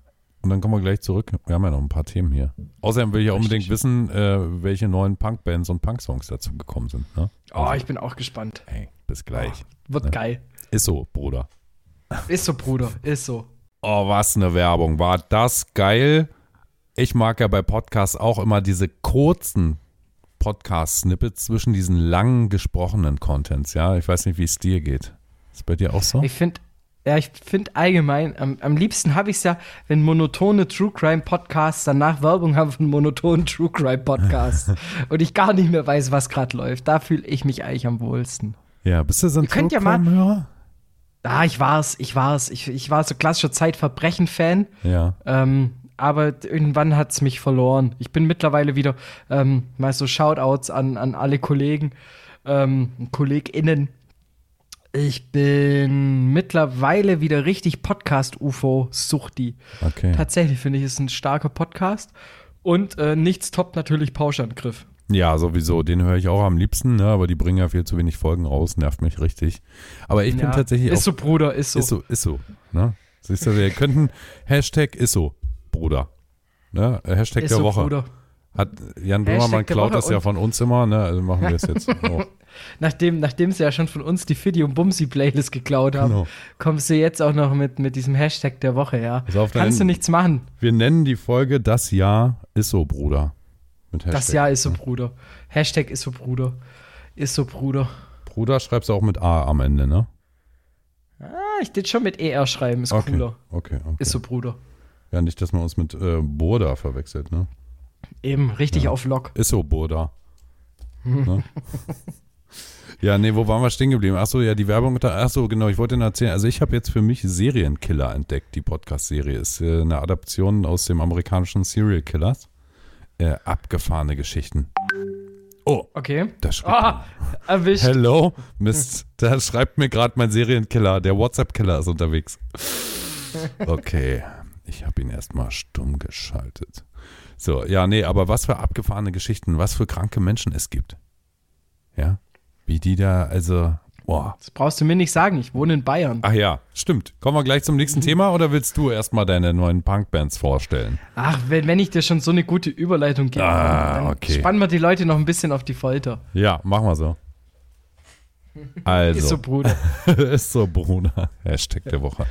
Speaker 2: Und dann kommen wir gleich zurück. Wir haben ja noch ein paar Themen hier. Außerdem will ich ja unbedingt wissen, äh, welche neuen Punkbands und Punksongs dazu gekommen sind. Ne?
Speaker 1: Oh, ich bin auch gespannt.
Speaker 2: Hey, bis gleich.
Speaker 1: Wird geil.
Speaker 2: Ist so, Bruder.
Speaker 1: Ist so, Bruder, ist so.
Speaker 2: Oh, was eine Werbung. War das geil. Ich mag ja bei Podcasts auch immer diese kurzen Podcast-Snippets zwischen diesen langen gesprochenen Contents. Ja, ich weiß nicht, wie es dir geht. Ist bei dir auch so?
Speaker 1: Ich finde, ja, ich finde allgemein, am, am liebsten habe ich es ja, wenn monotone True Crime Podcasts danach Werbung haben von monotonen True Crime Podcasts und ich gar nicht mehr weiß, was gerade läuft. Da fühle ich mich eigentlich am wohlsten.
Speaker 2: Ja, bist du so ein
Speaker 1: Ihr könnt ja mal-
Speaker 2: True-Crime-Hörer?
Speaker 1: Ah, ich war's, ich war's. Ich, ich war so klassischer Zeitverbrechen-Fan.
Speaker 2: Ja.
Speaker 1: Ähm, aber d- irgendwann hat es mich verloren. Ich bin mittlerweile wieder ähm, mal so Shoutouts an, an alle Kollegen, ähm, KollegInnen. Ich bin mittlerweile wieder richtig Podcast-UFO-Suchti.
Speaker 2: Okay.
Speaker 1: Tatsächlich finde ich, ist ein starker Podcast. Und äh, nichts toppt natürlich Pauschangriff.
Speaker 2: Ja, sowieso. Den höre ich auch am liebsten, ne? aber die bringen ja viel zu wenig Folgen raus. Nervt mich richtig. Aber ich bin tatsächlich
Speaker 1: Ist
Speaker 2: auch.
Speaker 1: so, Bruder, ist so.
Speaker 2: Ist so, ist so. Ne? Siehst du, wir könnten Hashtag ist so, Bruder. Ne? Hashtag
Speaker 1: Ist
Speaker 2: der
Speaker 1: so,
Speaker 2: Woche.
Speaker 1: Bruder.
Speaker 2: Hat Jan
Speaker 1: Hashtag
Speaker 2: Böhmermann
Speaker 1: der
Speaker 2: klaut
Speaker 1: Woche
Speaker 2: das ja
Speaker 1: und-
Speaker 2: von uns immer, ne? Also machen wir es jetzt. Oh.
Speaker 1: Nachdem, nachdem sie ja schon von uns die Fiddy und Bumsi Playlist geklaut haben,
Speaker 2: Genau.
Speaker 1: kommst du jetzt auch noch mit, mit diesem Hashtag der Woche, ja.
Speaker 2: Pass auf,
Speaker 1: Kannst du
Speaker 2: dann-
Speaker 1: nichts machen.
Speaker 2: Wir nennen die Folge Das Jahr ist so, Bruder. Mit Hashtag.
Speaker 1: Das Jahr ist so Bruder. Hashtag ist so Bruder. Ist so Bruder.
Speaker 2: Bruder schreibst du auch mit A am Ende, ne?
Speaker 1: Ah, ich did schon mit ER schreiben, ist
Speaker 2: Okay.
Speaker 1: cooler.
Speaker 2: Okay, okay.
Speaker 1: Ist so Bruder.
Speaker 2: Ja, nicht, dass man uns mit äh, Burda verwechselt, ne?
Speaker 1: Eben, richtig auf Lock.
Speaker 2: Ist so, Burda. Ne? ja, nee, wo waren wir stehen geblieben? Achso, ja, die Werbung. mit der- Achso, genau, ich wollte Ihnen erzählen. Also, ich habe jetzt für mich Serienkiller entdeckt. Die Podcast-Serie ist äh, eine Adaption aus dem amerikanischen Serial Killers. Äh, abgefahrene Geschichten. Oh,
Speaker 1: Okay.
Speaker 2: das schreibt
Speaker 1: Ah, erwischt.
Speaker 2: Hello, Mist. Da schreibt mir gerade mein Serienkiller. Der WhatsApp-Killer ist unterwegs. Okay, ich habe ihn erstmal stumm geschaltet. So, ja, nee, aber was für abgefahrene Geschichten, was für kranke Menschen es gibt. Ja, wie die da, also, boah.
Speaker 1: Das brauchst du mir nicht sagen, ich wohne in Bayern.
Speaker 2: Ach ja, stimmt. Kommen wir gleich zum nächsten Thema oder willst du erstmal deine neuen Punkbands vorstellen?
Speaker 1: Ach, wenn, wenn ich dir schon so eine gute Überleitung gebe,
Speaker 2: Ah,
Speaker 1: dann
Speaker 2: okay.
Speaker 1: spannen wir die Leute noch ein bisschen auf die Folter.
Speaker 2: Ja, machen wir so. Also.
Speaker 1: Ist so Bruder.
Speaker 2: ist so, Bruder. Hashtag der Woche.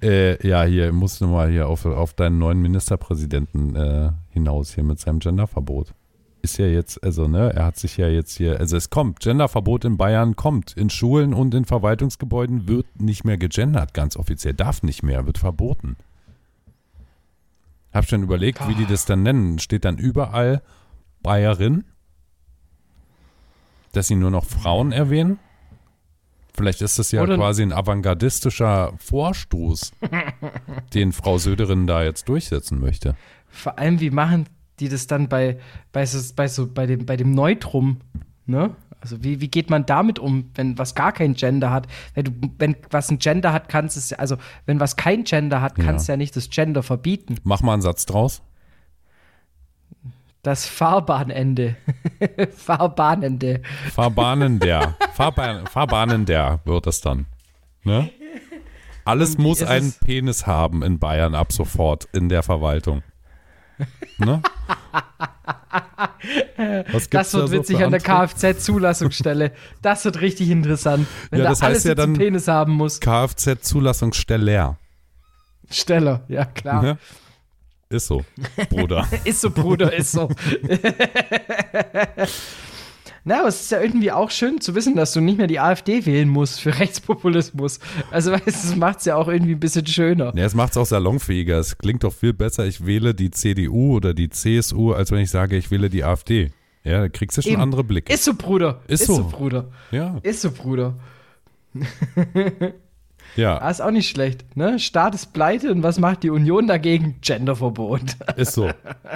Speaker 2: äh, ja, hier, musst du mal hier auf, auf deinen neuen Ministerpräsidenten äh, hinaus, hier mit seinem Genderverbot. Ist ja jetzt, also, ne, er hat sich ja jetzt hier, also es kommt, Genderverbot in Bayern kommt. In Schulen und in Verwaltungsgebäuden wird nicht mehr gegendert, ganz offiziell. Darf nicht mehr, wird verboten. Hab schon überlegt, wie die das dann nennen. Steht dann überall Bayerin? Dass sie nur noch Frauen erwähnen? Vielleicht ist das ja
Speaker 1: Oder-
Speaker 2: quasi ein avantgardistischer Vorstoß, den Frau Söderin da jetzt durchsetzen möchte.
Speaker 1: Vor allem, wie machen die das dann bei, bei, so, bei, so, bei, dem, bei dem Neutrum? Ne? Also, wie, wie geht man damit um, wenn was gar kein Gender hat? Wenn, du, wenn was ein Gender hat, kannst es ja, also, wenn was kein Gender hat, kannst du ja. nicht das Gender verbieten.
Speaker 2: Mach mal einen Satz draus.
Speaker 1: Das Fahrbahnende. Fahrbahnende.
Speaker 2: Fahrbahnen der. Fahrbahn, Fahrbahnen der wird es dann. Ne? Alles muss
Speaker 1: ist
Speaker 2: einen
Speaker 1: es-
Speaker 2: Penis haben in Bayern ab sofort in der Verwaltung. Ne? Was
Speaker 1: Das
Speaker 2: gibt's da
Speaker 1: wird
Speaker 2: so
Speaker 1: witzig
Speaker 2: für
Speaker 1: an der
Speaker 2: Anträge?
Speaker 1: Kfz-Zulassungsstelle. das wird richtig interessant, wenn
Speaker 2: Ja,
Speaker 1: da
Speaker 2: das heißt
Speaker 1: alles
Speaker 2: ja
Speaker 1: jetzt einen
Speaker 2: dann-
Speaker 1: Penis haben muss.
Speaker 2: Kfz-Zulassungsstelle leer.
Speaker 1: Steller, ja klar.
Speaker 2: Ne? Ist so, Bruder.
Speaker 1: Ist so, Bruder, ist so. Na, aber es ist ja irgendwie auch schön zu wissen, dass du nicht mehr die AfD wählen musst für Rechtspopulismus. Also, weißt du, das macht es ja auch irgendwie ein bisschen schöner.
Speaker 2: Ja, es macht es auch salonfähiger. Es klingt doch viel besser, ich wähle die CDU oder die CSU, als wenn ich sage, ich wähle die AfD. Ja, da kriegst du schon
Speaker 1: Eben.
Speaker 2: andere Blicke.
Speaker 1: Ist so, Bruder.
Speaker 2: Ist so.
Speaker 1: Bruder.
Speaker 2: ja.
Speaker 1: Ist so, Bruder. Ah,
Speaker 2: ja,
Speaker 1: ist auch nicht schlecht, ne? Staat ist pleite und was macht die Union dagegen? Genderverbot.
Speaker 2: ist so,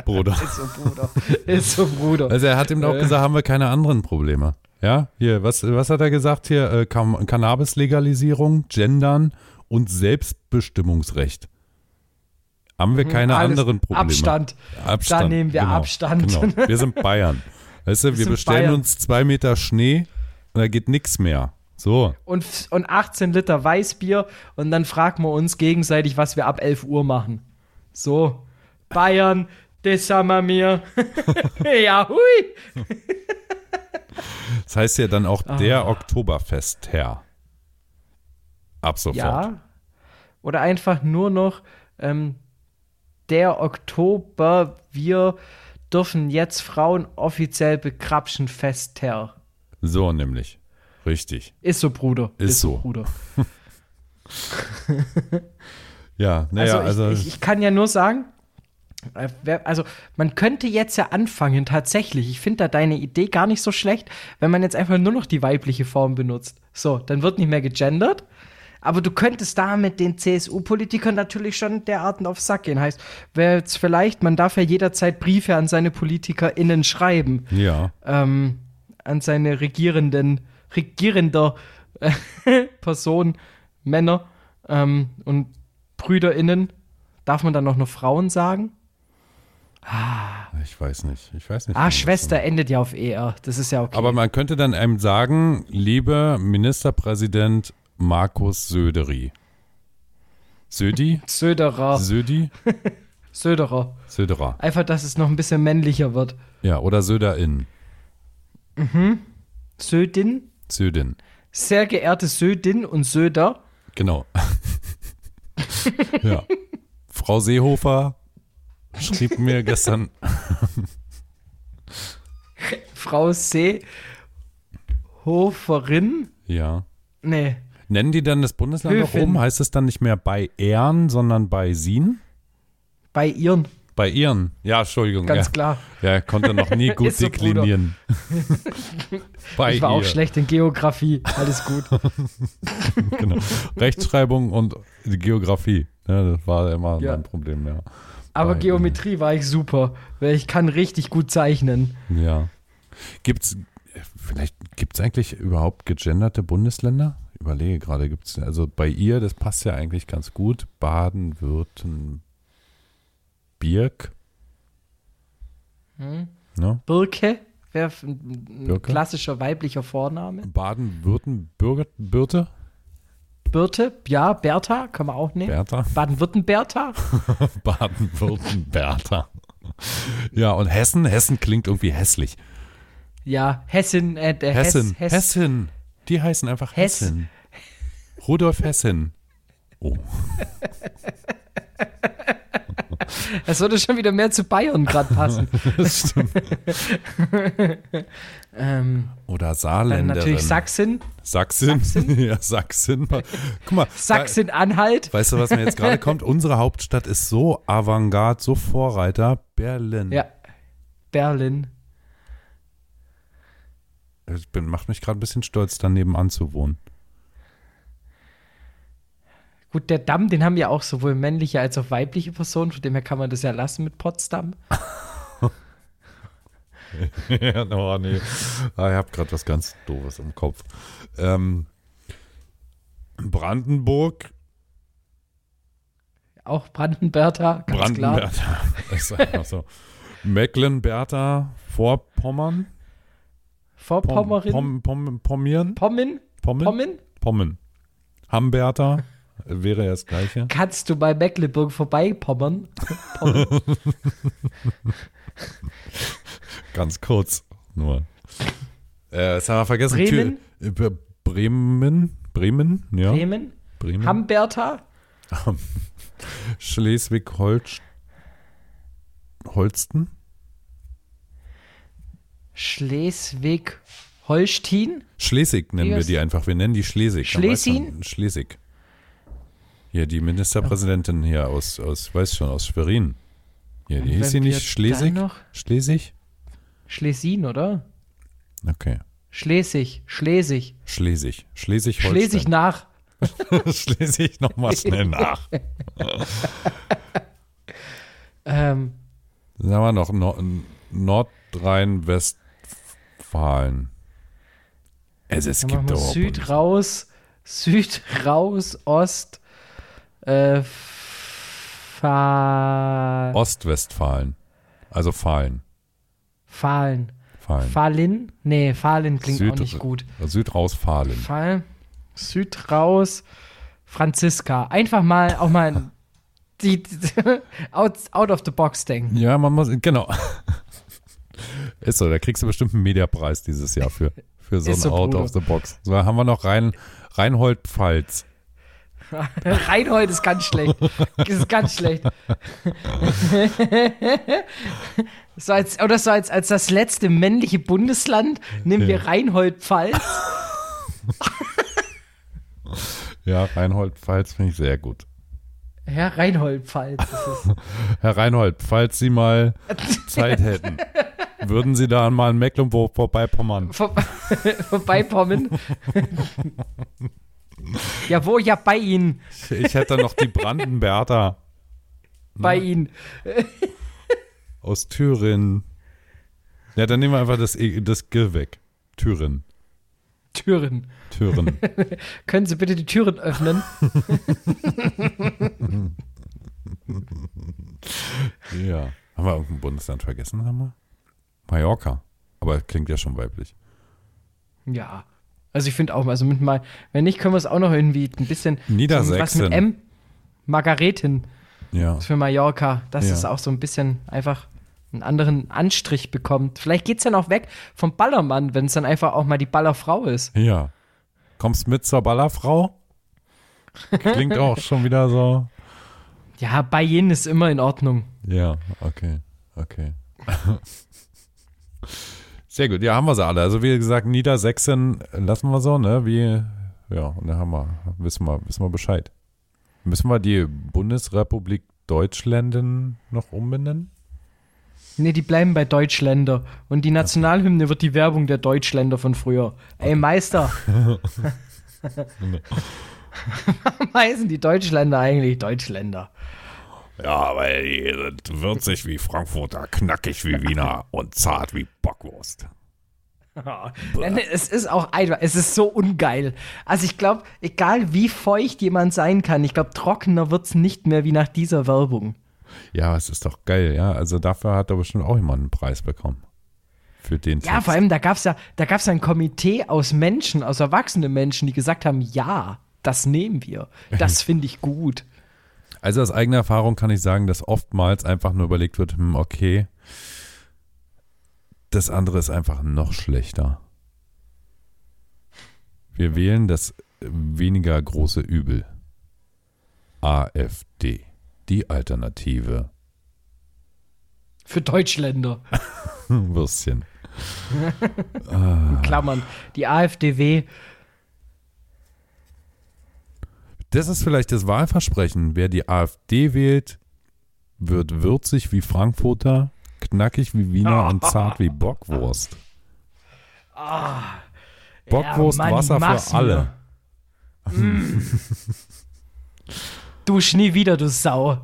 Speaker 2: Bruder.
Speaker 1: Ist so, Bruder. Ist so, Bruder.
Speaker 2: Also er hat
Speaker 1: Äh.
Speaker 2: ihm auch gesagt, haben wir keine anderen Probleme. Ja, hier, was, was hat er gesagt hier? Äh, Cam- Cannabis-Legalisierung, Gendern und Selbstbestimmungsrecht. Haben wir keine
Speaker 1: Mhm. Alles-
Speaker 2: anderen Probleme.
Speaker 1: Abstand.
Speaker 2: Abstand.
Speaker 1: Da nehmen wir
Speaker 2: genau,
Speaker 1: Abstand.
Speaker 2: Genau. Wir sind Bayern. Weißt du, wir
Speaker 1: sind
Speaker 2: bestellen
Speaker 1: Bayern.
Speaker 2: uns zwei Meter Schnee und da geht nichts mehr. So,
Speaker 1: Und, f- und 18 Liter Weißbier und dann fragen wir uns gegenseitig, was wir ab 11 Uhr machen. So, Bayern, das haben wir mir. ja, hui.
Speaker 2: das heißt ja dann auch
Speaker 1: Ah.
Speaker 2: der Oktoberfestherr. Ab sofort.
Speaker 1: Ja. Oder einfach nur noch ähm, der Oktober, wir dürfen jetzt Frauen offiziell bekrapschen, Festherr.
Speaker 2: So nämlich. Richtig.
Speaker 1: Ist so, Bruder.
Speaker 2: Ist so.
Speaker 1: Bruder.
Speaker 2: ja, naja,
Speaker 1: also,
Speaker 2: also,
Speaker 1: ich, ich, ich kann ja nur sagen, äh, wer- also man könnte jetzt ja anfangen, tatsächlich. Ich finde da deine Idee gar nicht so schlecht, wenn man jetzt einfach nur noch die weibliche Form benutzt. So, dann wird nicht mehr gegendert. Aber du könntest damit den CSU-Politikern natürlich schon derarten auf den Sack gehen. Heißt, wer jetzt vielleicht, man darf ja jederzeit Briefe an seine PolitikerInnen schreiben
Speaker 2: ja.
Speaker 1: ähm, an seine regierenden, regierender äh, Person, Männer ähm, und BrüderInnen. Darf man dann auch noch Frauen sagen?
Speaker 2: Ich weiß nicht. Ich weiß nicht.
Speaker 1: Ah,
Speaker 2: wie
Speaker 1: Schwester endet ja auf ER. Das ist ja okay.
Speaker 2: Aber man könnte dann einem sagen, lieber Ministerpräsident Markus Söderi. Södi?
Speaker 1: Söderer.
Speaker 2: Södi?
Speaker 1: Söderer.
Speaker 2: Söderer.
Speaker 1: Einfach, dass es noch ein bisschen männlicher wird.
Speaker 2: Ja, oder Söderin.
Speaker 1: Södin.
Speaker 2: Södin.
Speaker 1: Sehr geehrte Södin und Söder.
Speaker 2: Genau. ja. Frau Seehofer schrieb mir gestern,
Speaker 1: Frau Seehoferin.
Speaker 2: ja.
Speaker 1: Nee.
Speaker 2: Nennen die dann das Bundesland noch
Speaker 1: Höfin.
Speaker 2: um? Heißt es dann nicht mehr bei Ehren, sondern bei Sien?
Speaker 1: Bei ihren.
Speaker 2: Bei Ehren. Ja, Entschuldigung.
Speaker 1: Ganz
Speaker 2: ja.
Speaker 1: klar.
Speaker 2: Ja, konnte noch nie gut
Speaker 1: Ist so, Bruder.
Speaker 2: deklinieren. bei
Speaker 1: Ich war auch
Speaker 2: ihr.
Speaker 1: schlecht in Geografie. Alles gut.
Speaker 2: genau. Rechtschreibung und Geografie. Ne, das war immer
Speaker 1: Ja.
Speaker 2: mein Problem, ja.
Speaker 1: Aber
Speaker 2: Bei-
Speaker 1: Geometrie war ich super, weil ich kann richtig gut zeichnen.
Speaker 2: Ja. Gibt's, vielleicht gibt es eigentlich überhaupt gegenderte Bundesländer? Überlege gerade, gibt es, also bei ihr, das passt ja eigentlich ganz gut. Baden-Württemberg.
Speaker 1: Hm?
Speaker 2: Ne?
Speaker 1: Birke wäre f- ein
Speaker 2: Birke?
Speaker 1: klassischer weiblicher Vorname.
Speaker 2: Baden-Württemberg,
Speaker 1: Birte, ja, Bertha kann man auch nehmen.
Speaker 2: Bertha?
Speaker 1: Baden-Württemberg,
Speaker 2: Baden-Württemberg. Ja, und Hessen, Hessen klingt irgendwie hässlich.
Speaker 1: ja, Hessin, äh, der
Speaker 2: Hessen,
Speaker 1: Hess, Hess,
Speaker 2: Hessen. Die heißen einfach
Speaker 1: Hess.
Speaker 2: Hessen. Rudolf Hessen. Oh.
Speaker 1: Das würde schon wieder mehr zu Bayern gerade passen.
Speaker 2: Das stimmt.
Speaker 1: ähm,
Speaker 2: Oder
Speaker 1: dann
Speaker 2: Saarländerin.
Speaker 1: natürlich Sachsen,
Speaker 2: Sachsen. ja, Sachsen. Guck mal.
Speaker 1: Sachsen-Anhalt.
Speaker 2: Weißt du, was mir jetzt gerade kommt? Unsere Hauptstadt ist so Avantgarde, so Vorreiter. Berlin.
Speaker 1: Ja, Berlin.
Speaker 2: Ich bin, macht mich gerade ein bisschen stolz, da nebenan zu wohnen.
Speaker 1: Gut, der Damm, den haben ja auch sowohl männliche als auch weibliche Personen, von dem her kann man das ja lassen mit Potsdam.
Speaker 2: ja, no, nee. Ah, ich habe gerade was ganz Doofes im Kopf. Ähm, Brandenburg
Speaker 1: Auch Brandenbertha, ganz klar.
Speaker 2: Brandenberta. Das ist einfach so. Mecklenberta, Vorpommern.
Speaker 1: Vorpommerin,
Speaker 2: Pom, Pom, Pommieren.
Speaker 1: Pommin,
Speaker 2: Pommen.
Speaker 1: Pommin.
Speaker 2: Pommen. Hamberta äh, wäre ja das Gleiche.
Speaker 1: Kannst du bei Mecklenburg vorbeipommern? Pommen.
Speaker 2: Ganz kurz nur. Äh, das haben wir vergessen.
Speaker 1: Bremen?
Speaker 2: Tür, äh, Bre- Bremen. Bremen, ja.
Speaker 1: Bremen?
Speaker 2: Bremen.
Speaker 1: Hamberta?
Speaker 2: Schleswig-Holstein. Holsten?
Speaker 1: Schleswig-Holstein?
Speaker 2: Schlesig nennen
Speaker 1: Wie
Speaker 2: wir
Speaker 1: was?
Speaker 2: die einfach. Wir nennen die Schlesig. Dann weiß
Speaker 1: Schlesin?
Speaker 2: man- Schlesig. Hier, die Ministerpräsidentin hier aus, aus weiß schon, aus Schwerin. Hier, die
Speaker 1: Und
Speaker 2: hieß sie
Speaker 1: wenn wir
Speaker 2: nicht Schlesig?
Speaker 1: dann noch-
Speaker 2: Schlesig?
Speaker 1: Schlesin, oder?
Speaker 2: Okay.
Speaker 1: Schlesig, Schlesig.
Speaker 2: Schlesig. Schlesig-Holstein.
Speaker 1: Schlesig nach.
Speaker 2: Schlesig nochmal schnell nach.
Speaker 1: Ähm,
Speaker 2: Dann haben wir noch Nor Nordrhein-Westfalen. Es, es
Speaker 1: dann
Speaker 2: gibt
Speaker 1: machen wir
Speaker 2: überhaupt
Speaker 1: Süd
Speaker 2: nicht.
Speaker 1: raus, Süd raus, Ost, äh, Fa
Speaker 2: Ostwestfalen. Also Fahlen.
Speaker 1: Fahlen.
Speaker 2: Fahlen.
Speaker 1: Fahlin? Nee, Fahlin klingt auch
Speaker 2: Süd-
Speaker 1: nicht gut.
Speaker 2: Südrausfahlen.
Speaker 1: Fall. Süd raus. Franziska. Einfach mal auch mal die, die out, out of the box denken.
Speaker 2: Ja, man muss, genau. Ist so, da kriegst du bestimmt einen Mediapreis dieses Jahr für, für so ein
Speaker 1: Ist so,
Speaker 2: Out
Speaker 1: Bruder.
Speaker 2: of the Box. So, dann haben wir noch Rhein, Rheinhold-Pfalz.
Speaker 1: Reinhold ist ganz schlecht. Ist ganz schlecht. so als, oder so als, als das letzte männliche Bundesland nehmen wir Reinhold-Pfalz.
Speaker 2: Ja, Reinhold Pfalz finde ich sehr gut.
Speaker 1: Herr Reinhold Pfalz ist es.
Speaker 2: Herr Reinhold, falls Sie mal Zeit hätten, würden Sie da mal in Mecklenburg vorbeipommern?
Speaker 1: Vor vorbeikommen. ja, wo? Ja, bei Ihnen.
Speaker 2: Ich hätte noch die Brandenberta
Speaker 1: Bei Ihnen.
Speaker 2: aus Thüringen. Ja, dann nehmen wir einfach das, E- das G weg. Thüringen.
Speaker 1: Türen.
Speaker 2: Thüringen.
Speaker 1: Können Sie bitte die Türen öffnen?
Speaker 2: Ja. Haben wir irgendein Bundesland vergessen? Haben wir? Mallorca. Aber klingt ja schon weiblich.
Speaker 1: Ja. Also ich finde auch, also mit mal, wenn nicht, können wir es auch noch irgendwie ein bisschen.
Speaker 2: Niedersachsen.
Speaker 1: Was mit M? Margaretin
Speaker 2: Ja.
Speaker 1: für Mallorca. Das
Speaker 2: Ja.
Speaker 1: ist auch so ein bisschen einfach einen anderen Anstrich bekommt. Vielleicht geht es dann auch weg vom Ballermann, wenn es dann einfach auch mal die Ballerfrau ist.
Speaker 2: Ja. Kommst mit zur Ballerfrau? Klingt auch schon wieder so.
Speaker 1: Ja, bei jenen ist immer in Ordnung.
Speaker 2: Ja, okay. Okay. Sehr gut. Ja, haben wir sie alle. Also wie gesagt, Niedersachsen lassen wir so, ne? Wie, ja, und dann haben wir, wissen wir, wissen wir Bescheid. Müssen wir die Bundesrepublik Deutschländen noch umbenennen?
Speaker 1: Nee, die bleiben bei Deutschländer. Und die Nationalhymne wird die Werbung der Deutschländer von früher. Ey, Meister. Warum heißen die Deutschländer eigentlich Deutschländer?
Speaker 2: Ja, weil die sind würzig wie Frankfurter, knackig wie Wiener und zart wie Bockwurst.
Speaker 1: Nein, Es ist auch einfach, es ist so ungeil. Also ich glaube, egal wie feucht jemand sein kann, ich glaube, trockener wird es nicht mehr wie nach dieser Werbung.
Speaker 2: Ja, es ist doch geil, ja. Also dafür hat er bestimmt auch jemand einen Preis bekommen. Für den
Speaker 1: Ja,
Speaker 2: Text.
Speaker 1: vor allem, da gab es ja, da gab's ja ein Komitee aus Menschen, aus erwachsenen Menschen, die gesagt haben, ja, das nehmen wir. Das finde ich gut.
Speaker 2: Also aus eigener Erfahrung kann ich sagen, dass oftmals einfach nur überlegt wird, hm, okay, das andere ist einfach noch schlechter. Wir wählen das weniger große Übel. AfD. Die Alternative.
Speaker 1: Für Deutschländer.
Speaker 2: Hm, Würstchen.
Speaker 1: Klammern. Die AfDW.
Speaker 2: Das ist vielleicht das Wahlversprechen. Wer die AfD wählt, wird würzig wie Frankfurter, knackig wie Wiener und zart wie Bockwurst. Bockwurst,
Speaker 1: Ah, Ja, Mann,
Speaker 2: Wasser
Speaker 1: mach's
Speaker 2: für alle.
Speaker 1: mir. Du nie wieder, du Sau.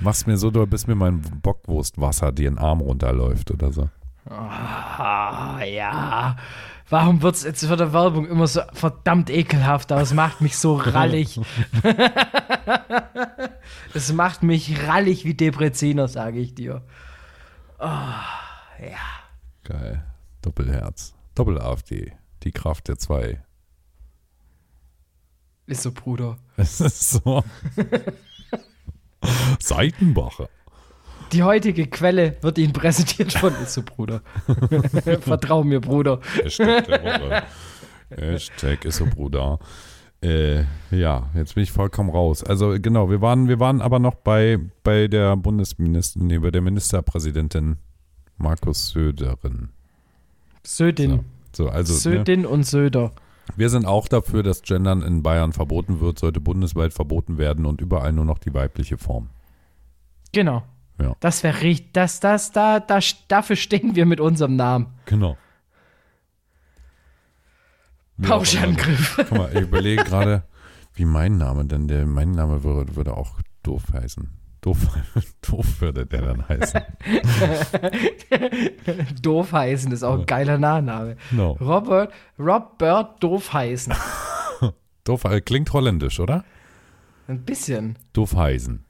Speaker 2: Mach's mir so doll, bis mir mein Bockwurstwasser dir in den Arm runterläuft oder so.
Speaker 1: Ah, ja. Warum wird's jetzt für der Werbung immer so verdammt ekelhaft aus? Macht mich so rallig. es macht mich rallig wie Depreziner, sage ich dir.
Speaker 2: Geil. Doppelherz. Doppel-AfD. Die Kraft der zwei.
Speaker 1: Ist so, Bruder.
Speaker 2: Es ist so. Seitenbacher.
Speaker 1: Die heutige Quelle wird Ihnen präsentiert von Isso, Bruder. Vertrau mir, Bruder.
Speaker 2: Hashtag der Woche. Hashtag ist so Bruder. Äh, ja, jetzt bin ich vollkommen raus. Also genau, wir waren, wir waren aber noch bei, bei der Bundesministerin, nee, bei der Ministerpräsidentin Markus Söderin.
Speaker 1: Södin.
Speaker 2: So, also ne,
Speaker 1: Södin und Söder.
Speaker 2: wir sind auch dafür, dass Gendern in Bayern verboten wird, sollte bundesweit verboten werden und überall nur noch die weibliche Form.
Speaker 1: Genau.
Speaker 2: Ja.
Speaker 1: Das wäre richtig. Das, das, da, da, dafür stehen wir mit unserem Namen.
Speaker 2: Genau. Wie auch immer.
Speaker 1: Pauschangriff.
Speaker 2: Guck mal, ich überlege gerade, wie mein Name denn, der, mein Name würde, würde auch doof heißen. Doof, doof würde der dann heißen.
Speaker 1: Doof heißen ist auch ein geiler Nachname.
Speaker 2: No.
Speaker 1: Robert, Robert Doof heißen.
Speaker 2: Doof, äh, klingt holländisch, oder?
Speaker 1: Ein bisschen.
Speaker 2: Doof heißen.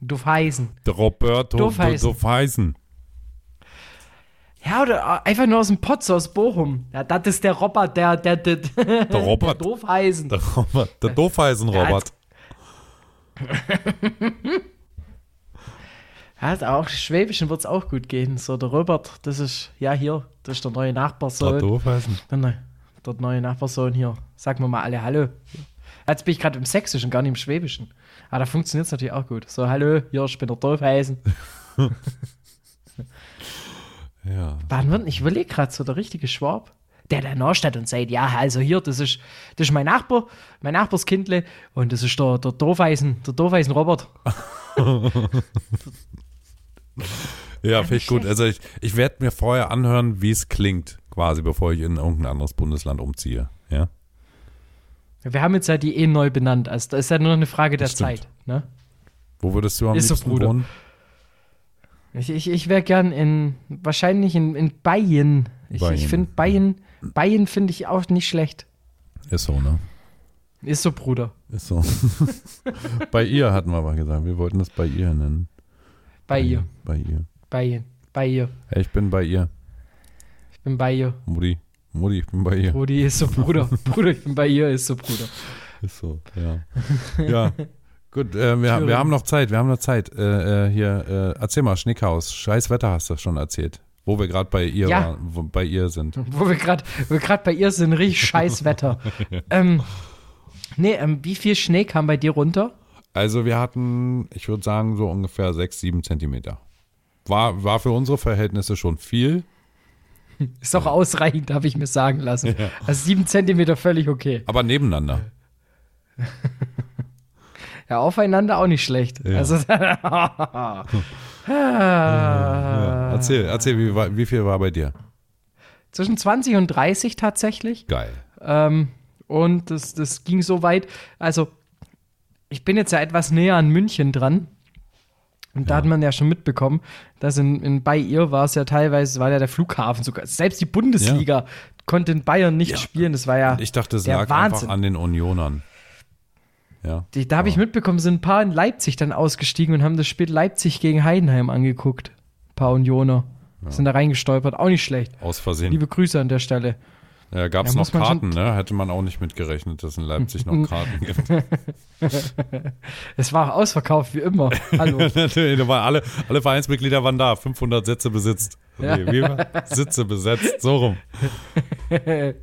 Speaker 1: Doof heißen.
Speaker 2: Der Roberto
Speaker 1: Doof heißen.
Speaker 2: Doof heißen.
Speaker 1: Ja, oder einfach nur aus dem Potz, aus Bochum. Ja, das ist der Robert, der, der, der,
Speaker 2: Der Robert.
Speaker 1: Doof heißen.
Speaker 2: Der Robert. Der Doof heißen
Speaker 1: Ja,
Speaker 2: Robert.
Speaker 1: Ja, ist auch Schwäbischen wird es auch gut gehen. So, der Robert, das ist, ja, hier, das ist der neue
Speaker 2: Der
Speaker 1: Nachbarsohn.
Speaker 2: Doof heißen.
Speaker 1: Der, neu- der äh, neue Nachbarsohn hier. Sagen wir mal alle Hallo. Jetzt bin ich gerade im Sächsischen, gar nicht im Schwäbischen. Aber da funktioniert es natürlich auch gut. So, hallo, hier, ich bin der Doofheisen.
Speaker 2: Ja.
Speaker 1: Baden-Württemberg, ich überlege gerade so, der richtige Schwab. der da nachsteht und sagt, ja, also hier, das ist, das ist mein Nachbar, mein Nachbarskindle und das ist der, der Doofeisen, der Doofeisen Robert.
Speaker 2: Ja, finde ich gut. Also ich, ich werde mir vorher anhören, wie es klingt, quasi, bevor ich in irgendein anderes Bundesland umziehe. Ja.
Speaker 1: Wir haben jetzt ja die eh neu benannt, also da ist ja nur noch eine Frage der
Speaker 2: Das stimmt.
Speaker 1: Zeit. Ne?
Speaker 2: Wo würdest du am
Speaker 1: Ist so,
Speaker 2: liebsten
Speaker 1: Bruder.
Speaker 2: wohnen?
Speaker 1: Ich, ich, ich wäre gern in, wahrscheinlich in, in Bayern. Ich, ich
Speaker 2: Bayern.
Speaker 1: finde Bayern, Bayern finde ich auch nicht schlecht.
Speaker 2: Ist so, ne?
Speaker 1: Ist so, Bruder.
Speaker 2: Ist so. bei ihr hatten wir mal gesagt. Wir wollten das bei ihr nennen.
Speaker 1: Bei ihr.
Speaker 2: Bei ihr.
Speaker 1: Bei ihr. Bei ihr.
Speaker 2: Ey, Ich bin bei ihr.
Speaker 1: Ich bin bei ihr.
Speaker 2: Mutti. Mutti, ich bin bei ihr.
Speaker 1: Brudi ist so, Bruder. Bruder, ich bin bei ihr, ist so, Bruder.
Speaker 2: Ist so, ja. ja. Gut, äh, wir,
Speaker 1: Thüringen.
Speaker 2: wir haben noch Zeit, wir haben noch Zeit. Äh, äh, hier, äh, erzähl mal, Schnickhaus, scheiß Wetter hast du schon erzählt. Wo wir gerade bei ihr
Speaker 1: Ja.
Speaker 2: waren, wo, bei ihr sind.
Speaker 1: Wo wir gerade bei ihr sind, richtig scheiß Wetter. ähm, nee, ähm, wie viel Schnee kam bei dir runter?
Speaker 2: Also wir hatten, ich würde sagen, so ungefähr sechs, sieben Zentimeter. War, war für unsere Verhältnisse schon viel.
Speaker 1: Ist doch ausreichend, habe ich mir sagen lassen. Also sieben Zentimeter völlig okay.
Speaker 2: Aber nebeneinander.
Speaker 1: Ja, aufeinander auch nicht schlecht. Also, Ah.
Speaker 2: Erzähl, erzähl, wie, war- wie viel war bei dir?
Speaker 1: zwischen 20 und 30 tatsächlich.
Speaker 2: Geil.
Speaker 1: Ähm, und das, das ging so weit. Also, ich bin jetzt ja etwas näher an München dran. Und da hat man ja schon mitbekommen, dass in, in bei ihr war es ja teilweise, war ja der Flughafen sogar. Selbst die Bundesliga konnte in Bayern nicht spielen. Das war ja
Speaker 2: Ich dachte, es
Speaker 1: der
Speaker 2: lag
Speaker 1: Wahnsinn.
Speaker 2: einfach an den Unionern. Ja.
Speaker 1: Die, da habe ich mitbekommen, sind ein paar in Leipzig dann ausgestiegen und haben das Spiel Leipzig gegen Heidenheim angeguckt. Ein paar Unioner sind da reingestolpert. Auch nicht schlecht.
Speaker 2: Aus Versehen.
Speaker 1: Liebe Grüße an der Stelle.
Speaker 2: Ja, gab es
Speaker 1: Ja,
Speaker 2: noch
Speaker 1: muss man
Speaker 2: Karten, ne? Hätte man auch nicht mitgerechnet, dass in Leipzig noch Karten gibt.
Speaker 1: Es war ausverkauft wie immer. Hallo.
Speaker 2: Natürlich, da waren alle, alle Vereinsmitglieder waren da, 500 Sätze besitzt. Nee, wie war? Sitze besetzt, so rum.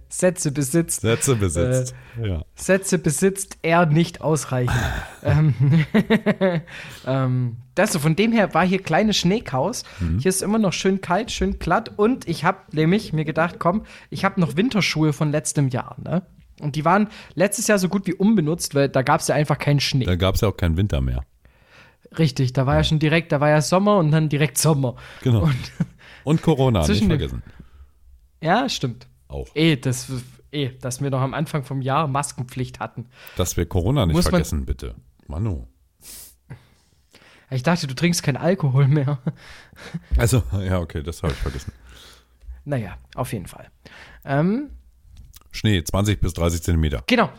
Speaker 1: Sätze besitzt.
Speaker 2: Sätze besetzt.
Speaker 1: Äh.
Speaker 2: ja.
Speaker 1: Sätze besitzt er nicht ausreichend. ähm, ähm, das so, von dem her war hier kleines Schneekaus.
Speaker 2: Mhm.
Speaker 1: Hier ist immer noch schön kalt, schön glatt und ich habe nämlich mir gedacht, komm, ich habe noch Winterschuhe von letztem Jahr. Ne? Und die waren letztes Jahr so gut wie unbenutzt, weil da gab es ja einfach keinen Schnee.
Speaker 2: Da gab es ja auch keinen Winter mehr.
Speaker 1: Richtig, da war ja schon direkt, da war ja Sommer und dann direkt Sommer.
Speaker 2: Genau. Und, Corona, nicht
Speaker 1: Zwischen dem-
Speaker 2: vergessen.
Speaker 1: Ja, stimmt.
Speaker 2: Auch.
Speaker 1: Eh, das, eh, dass wir noch am Anfang vom Jahr Maskenpflicht hatten.
Speaker 2: Dass wir Corona nicht
Speaker 1: Muss man-
Speaker 2: vergessen, bitte. Manu.
Speaker 1: Ich dachte, du trinkst keinen Alkohol mehr.
Speaker 2: Also, ja, okay, das habe ich vergessen.
Speaker 1: Naja, auf jeden Fall. Ähm,
Speaker 2: Schnee, 20 bis 30 Zentimeter.
Speaker 1: Genau.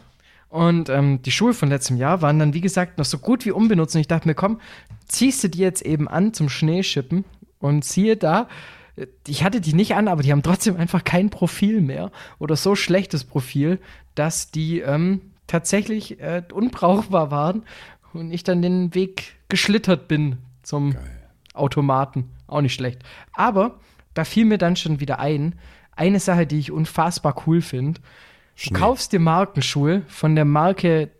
Speaker 1: Und ähm, die Schuhe von letztem Jahr waren dann, wie gesagt, noch so gut wie unbenutzt. Und ich dachte mir, komm, ziehst du die jetzt eben an zum Schneeschippen und ziehe da. äh, Ich hatte die nicht an, aber die haben trotzdem einfach kein Profil mehr oder so schlechtes Profil, dass die ähm, tatsächlich äh, unbrauchbar waren und ich dann den Weg geschlittert bin zum Automaten. Auch nicht schlecht. Aber da fiel mir dann schon wieder ein, eine Sache, die ich unfassbar cool finde. Du kaufst dir Markenschuhe von der Marke,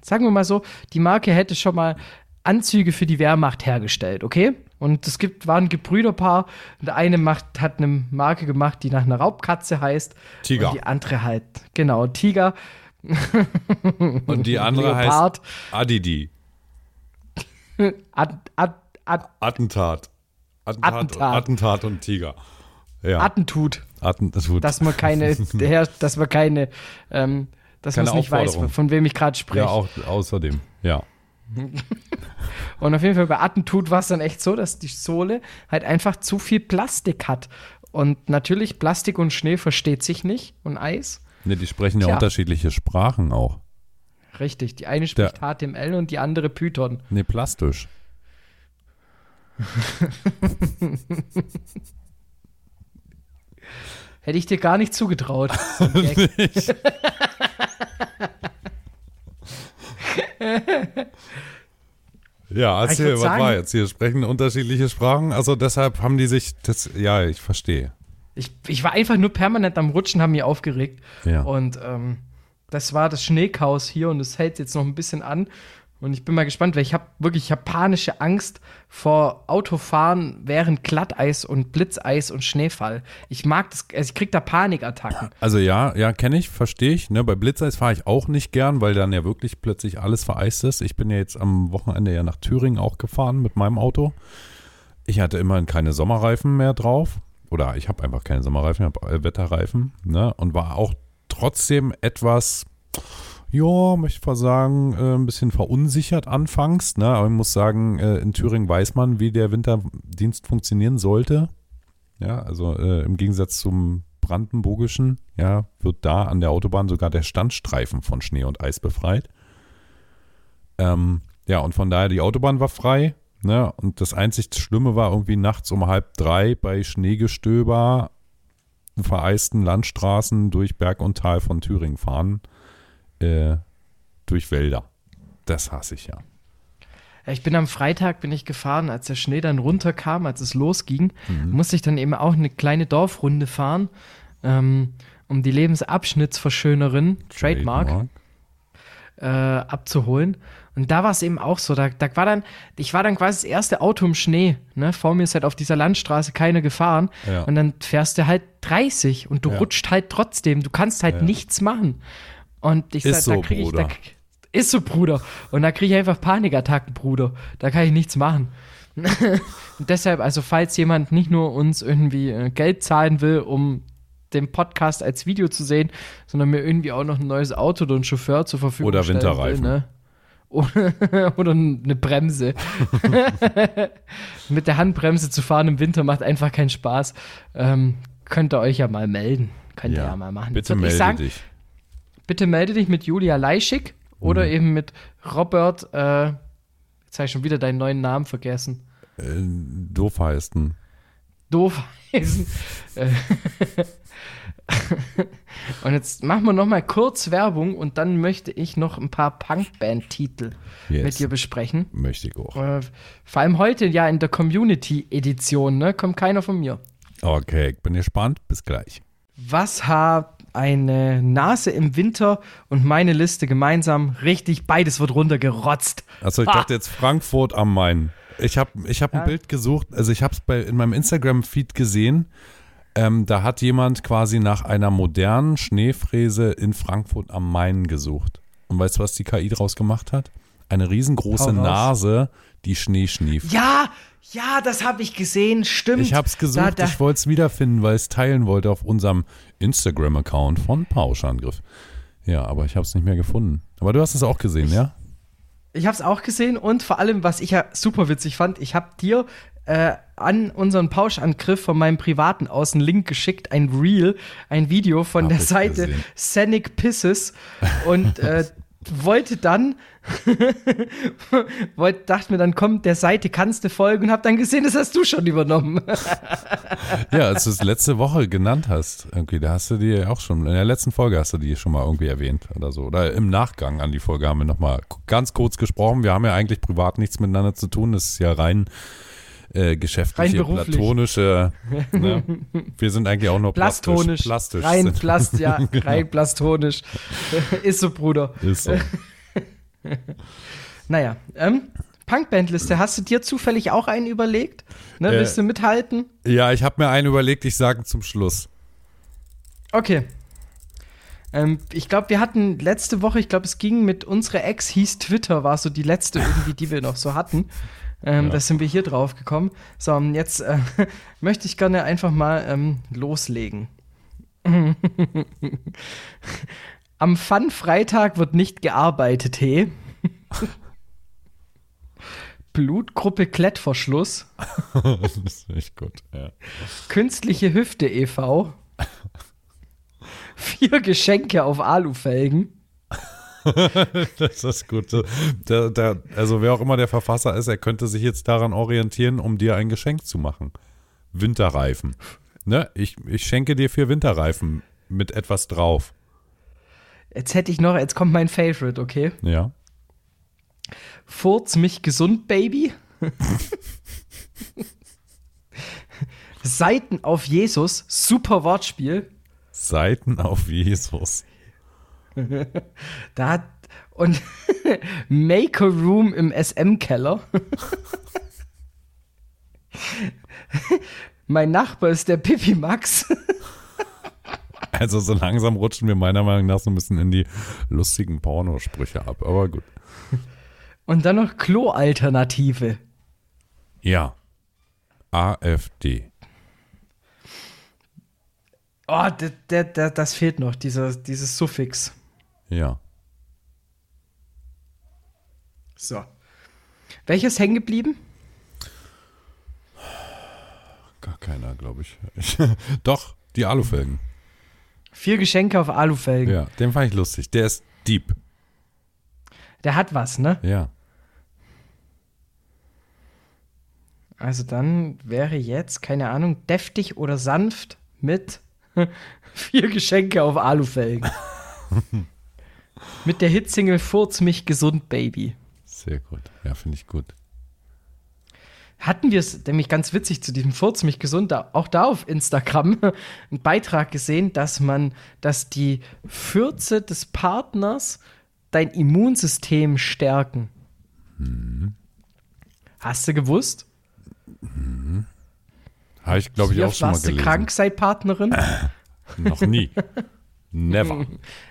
Speaker 1: sagen wir mal so, die Marke hätte schon mal Anzüge für die Wehrmacht hergestellt, okay? Und es gibt, war ein Gebrüderpaar, und der eine macht, hat eine Marke gemacht, die nach einer Raubkatze heißt.
Speaker 2: Tiger.
Speaker 1: Und die andere halt, genau, Tiger.
Speaker 2: Und die andere heißt
Speaker 1: Leopard.
Speaker 2: Adidi.
Speaker 1: Ad, ad, ad,
Speaker 2: Attentat. Attentat.
Speaker 1: Attentat.
Speaker 2: Attentat und Tiger. Ja.
Speaker 1: Attentut.
Speaker 2: Atten, das wird
Speaker 1: dass man keine, der, dass man keine, ähm, dass man
Speaker 2: Keine
Speaker 1: es nicht weiß,
Speaker 2: Aufforderung.
Speaker 1: von wem ich gerade spreche.
Speaker 2: ja auch außerdem. Ja.
Speaker 1: Und auf jeden Fall bei Attentut war es dann echt so, dass die Sohle halt einfach zu viel Plastik hat. Und natürlich, Plastik und Schnee versteht sich nicht und Eis.
Speaker 2: Ne, die sprechen ja
Speaker 1: Tja.
Speaker 2: unterschiedliche Sprachen auch.
Speaker 1: Richtig, die eine spricht
Speaker 2: Der-
Speaker 1: HTML und die andere Python.
Speaker 2: Ne, plastisch.
Speaker 1: Hätte ich dir gar nicht zugetraut. So ein Gag.
Speaker 2: Ja, erzähl,
Speaker 1: würd
Speaker 2: was
Speaker 1: sagen-
Speaker 2: war jetzt? Hier sprechen unterschiedliche Sprachen. Also deshalb haben die sich das. Ja, ich verstehe.
Speaker 1: ich, ich war einfach nur permanent am Rutschen, haben mich aufgeregt.
Speaker 2: Ja.
Speaker 1: Und ähm, das war das Schneekaus hier und es hält jetzt noch ein bisschen an. Und ich bin mal gespannt, weil ich habe wirklich ich hab panische Angst vor Autofahren während Glatteis und Blitzeis und Schneefall. Ich mag das, also ich krieg da Panikattacken.
Speaker 2: Also ja, ja, kenne ich, verstehe ich. Ne? Bei Blitzeis fahre ich auch nicht gern, weil dann ja wirklich plötzlich alles vereist ist. Ich bin ja jetzt am Wochenende ja nach Thüringen auch gefahren mit meinem Auto. Ich hatte immerhin keine Sommerreifen mehr drauf. Oder ich habe einfach keine Sommerreifen, ich habe äh, Wetterreifen. Ne? Und war auch trotzdem etwas ja, möchte ich mal sagen, äh, ein bisschen verunsichert anfangs. Ne? Aber ich muss sagen, äh, in Thüringen weiß man, wie der Winterdienst funktionieren sollte. Ja, also äh, im Gegensatz zum brandenburgischen, ja, wird da an der Autobahn sogar der Standstreifen von Schnee und Eis befreit. Ähm, ja, und von daher, die Autobahn war frei. Ne? Und das einzig Schlimme war irgendwie nachts um halb drei bei Schneegestöber vereisten Landstraßen durch Berg und Tal von Thüringen fahren äh, durch Wälder. Das hasse ich ja.
Speaker 1: Ich bin am Freitag bin ich gefahren, als der Schnee dann runterkam, als es losging, mhm. musste ich dann eben auch eine kleine Dorfrunde fahren, ähm, um die Lebensabschnittsverschönerin Trademark, Trademark. Äh, abzuholen. Und da war es eben auch so. Da, da war dann, ich war dann quasi das erste Auto im Schnee. Ne? Vor mir ist halt auf dieser Landstraße keine gefahren. Ja. Und dann fährst du halt 30 und du ja. rutscht halt trotzdem. Du kannst halt ja. nichts machen. Und ich sag,
Speaker 2: ist so,
Speaker 1: da kriege ich,
Speaker 2: Bruder.
Speaker 1: da, ist so, Bruder. Und da kriege ich einfach Panikattacken, Bruder. Da kann ich nichts machen. Und deshalb, also falls jemand nicht nur uns irgendwie äh, Geld zahlen will, um den Podcast als Video zu sehen, sondern mir irgendwie auch noch ein neues Auto oder einen Chauffeur zur Verfügung
Speaker 2: Oder
Speaker 1: stellen
Speaker 2: Winterreifen.
Speaker 1: Will, ne? Oder, oder eine Bremse. Mit der Handbremse zu fahren im Winter macht einfach keinen Spaß. Ähm, könnt ihr euch ja mal melden. Könnt ihr ja mal machen.
Speaker 2: Bitte
Speaker 1: Jetzt würd
Speaker 2: melde
Speaker 1: ich sagen,
Speaker 2: dich.
Speaker 1: bitte melde dich mit Julia Leischig oder
Speaker 2: Mhm.
Speaker 1: eben mit Robert, äh, jetzt habe ich schon wieder deinen neuen Namen vergessen.
Speaker 2: Äh, doof heißen.
Speaker 1: Doof heißen. Äh, und jetzt machen wir noch mal kurz Werbung und dann möchte ich noch ein paar Punkband-Titel
Speaker 2: Yes.
Speaker 1: mit dir besprechen.
Speaker 2: Möchte ich auch.
Speaker 1: Äh, vor allem heute ja in der Community-Edition, ne? Kommt keiner von mir.
Speaker 2: Okay, ich bin gespannt. Bis gleich.
Speaker 1: Was hat eine Nase im Winter und meine Liste gemeinsam? Richtig, beides wird runtergerotzt.
Speaker 2: Also ich
Speaker 1: Ha!
Speaker 2: dachte jetzt Frankfurt am Main. Ich habe ich hab ein
Speaker 1: Ja.
Speaker 2: Bild gesucht, also ich habe es in meinem Instagram-Feed gesehen. Ähm, da hat jemand quasi nach einer modernen Schneefräse in Frankfurt am Main gesucht. Und weißt du, was die KI draus gemacht hat? Eine
Speaker 1: Hau
Speaker 2: riesengroße
Speaker 1: raus.
Speaker 2: Nase, die Schnee schnieft.
Speaker 1: Ja, ja, das habe ich gesehen, stimmt.
Speaker 2: Ich habe es gesucht,
Speaker 1: Da, da,
Speaker 2: ich wollte es wiederfinden, weil ich es teilen wollte auf unserem Instagram-Account von Pauschangriff. Ja, aber ich habe es nicht mehr gefunden. Aber du hast es auch gesehen, ja?
Speaker 1: ich habe es auch gesehen und vor allem, was ich ja super witzig fand, ich habe dir äh, an unseren Pauschangriff von meinem privaten aus einen Link geschickt, ein Reel, ein Video von
Speaker 2: Hab
Speaker 1: der
Speaker 2: ich
Speaker 1: Seite
Speaker 2: gesehen.
Speaker 1: Scenic Pisses und äh, wollte dann, wollte, dachte mir dann, komm, der Seite kannst du folgen und habe dann gesehen, das hast du schon übernommen.
Speaker 2: Ja, als du es letzte Woche genannt hast, irgendwie, da hast du die ja auch schon, in der letzten Folge hast du die schon mal irgendwie erwähnt oder so. Oder im Nachgang an die Folge haben wir nochmal ganz kurz gesprochen. Wir haben ja eigentlich privat nichts miteinander zu tun. Das ist ja rein äh, geschäftliche,
Speaker 1: Rein beruflich.
Speaker 2: platonische. Ne? Wir sind eigentlich auch nur
Speaker 1: Plastonisch.
Speaker 2: plastisch. Plastisch. Genau.
Speaker 1: Rein
Speaker 2: sind-
Speaker 1: plast, ja, rein plastonisch. Ist so, Bruder.
Speaker 2: ist so.
Speaker 1: Naja, ähm, Punkbandliste, hast du dir zufällig auch einen überlegt? Ne,
Speaker 2: Äh.
Speaker 1: willst du mithalten?
Speaker 2: Ja, ich habe mir einen überlegt, ich sage zum Schluss.
Speaker 1: Okay. Ähm, ich glaube, wir hatten letzte Woche, ich glaube, es ging mit unsere Ex hieß Twitter, war so die letzte irgendwie, die wir noch so hatten. Ähm,
Speaker 2: Ja.
Speaker 1: Da sind wir hier drauf gekommen. So, und jetzt äh, möchte ich gerne einfach mal ähm, loslegen. Am Fun-Freitag wird nicht gearbeitet, he. Blutgruppe Klettverschluss.
Speaker 2: das ist echt gut. Ja.
Speaker 1: Künstliche Hüfte e.V. Vier Geschenke auf Alufelgen.
Speaker 2: Das ist gut. Da, da, also wer auch immer der Verfasser ist, er könnte sich jetzt daran orientieren, um dir ein Geschenk zu machen. Winterreifen. Ne? Ich, ich schenke dir vier Winterreifen mit etwas drauf.
Speaker 1: Jetzt hätte ich noch, jetzt kommt mein Favorite, okay?
Speaker 2: Ja.
Speaker 1: Furz mich gesund, Baby. Seiten auf Jesus, super Wortspiel.
Speaker 2: Seiten auf Jesus.
Speaker 1: Da hat, und Make a Room im SM-Keller. mein Nachbar ist der Pippi Max.
Speaker 2: Also so langsam rutschen wir meiner Meinung nach so ein bisschen in die lustigen Pornosprüche ab. Aber gut.
Speaker 1: Und dann noch Klo-Alternative.
Speaker 2: Ja. AfD.
Speaker 1: Oh, der, der, der, das fehlt noch, dieser, dieses Suffix.
Speaker 2: Ja.
Speaker 1: So. Welches hängen geblieben?
Speaker 2: Gar keiner, glaube ich. Doch, die Alufelgen.
Speaker 1: Vier Geschenke auf Alufelgen.
Speaker 2: Ja, den fand ich lustig. Der ist deep.
Speaker 1: Der hat was, ne?
Speaker 2: Ja.
Speaker 1: Also dann wäre jetzt, keine Ahnung, deftig oder sanft mit vier Geschenke auf Alufelgen. mit der Hitsingle Furz mich gesund, Baby.
Speaker 2: Sehr gut. Ja, finde ich gut.
Speaker 1: Hatten wir es nämlich ganz witzig zu diesem Furz mich gesund, da- auch da auf Instagram, einen Beitrag gesehen, dass man, dass die Fürze des Partners dein Immunsystem stärken.
Speaker 2: Mhm.
Speaker 1: Hast du gewusst?
Speaker 2: Habe ich, glaube ich, auch
Speaker 1: Wie oft
Speaker 2: schon mal
Speaker 1: warst du
Speaker 2: gelesen.
Speaker 1: krank, sei Partnerin?
Speaker 2: Noch nie. Never.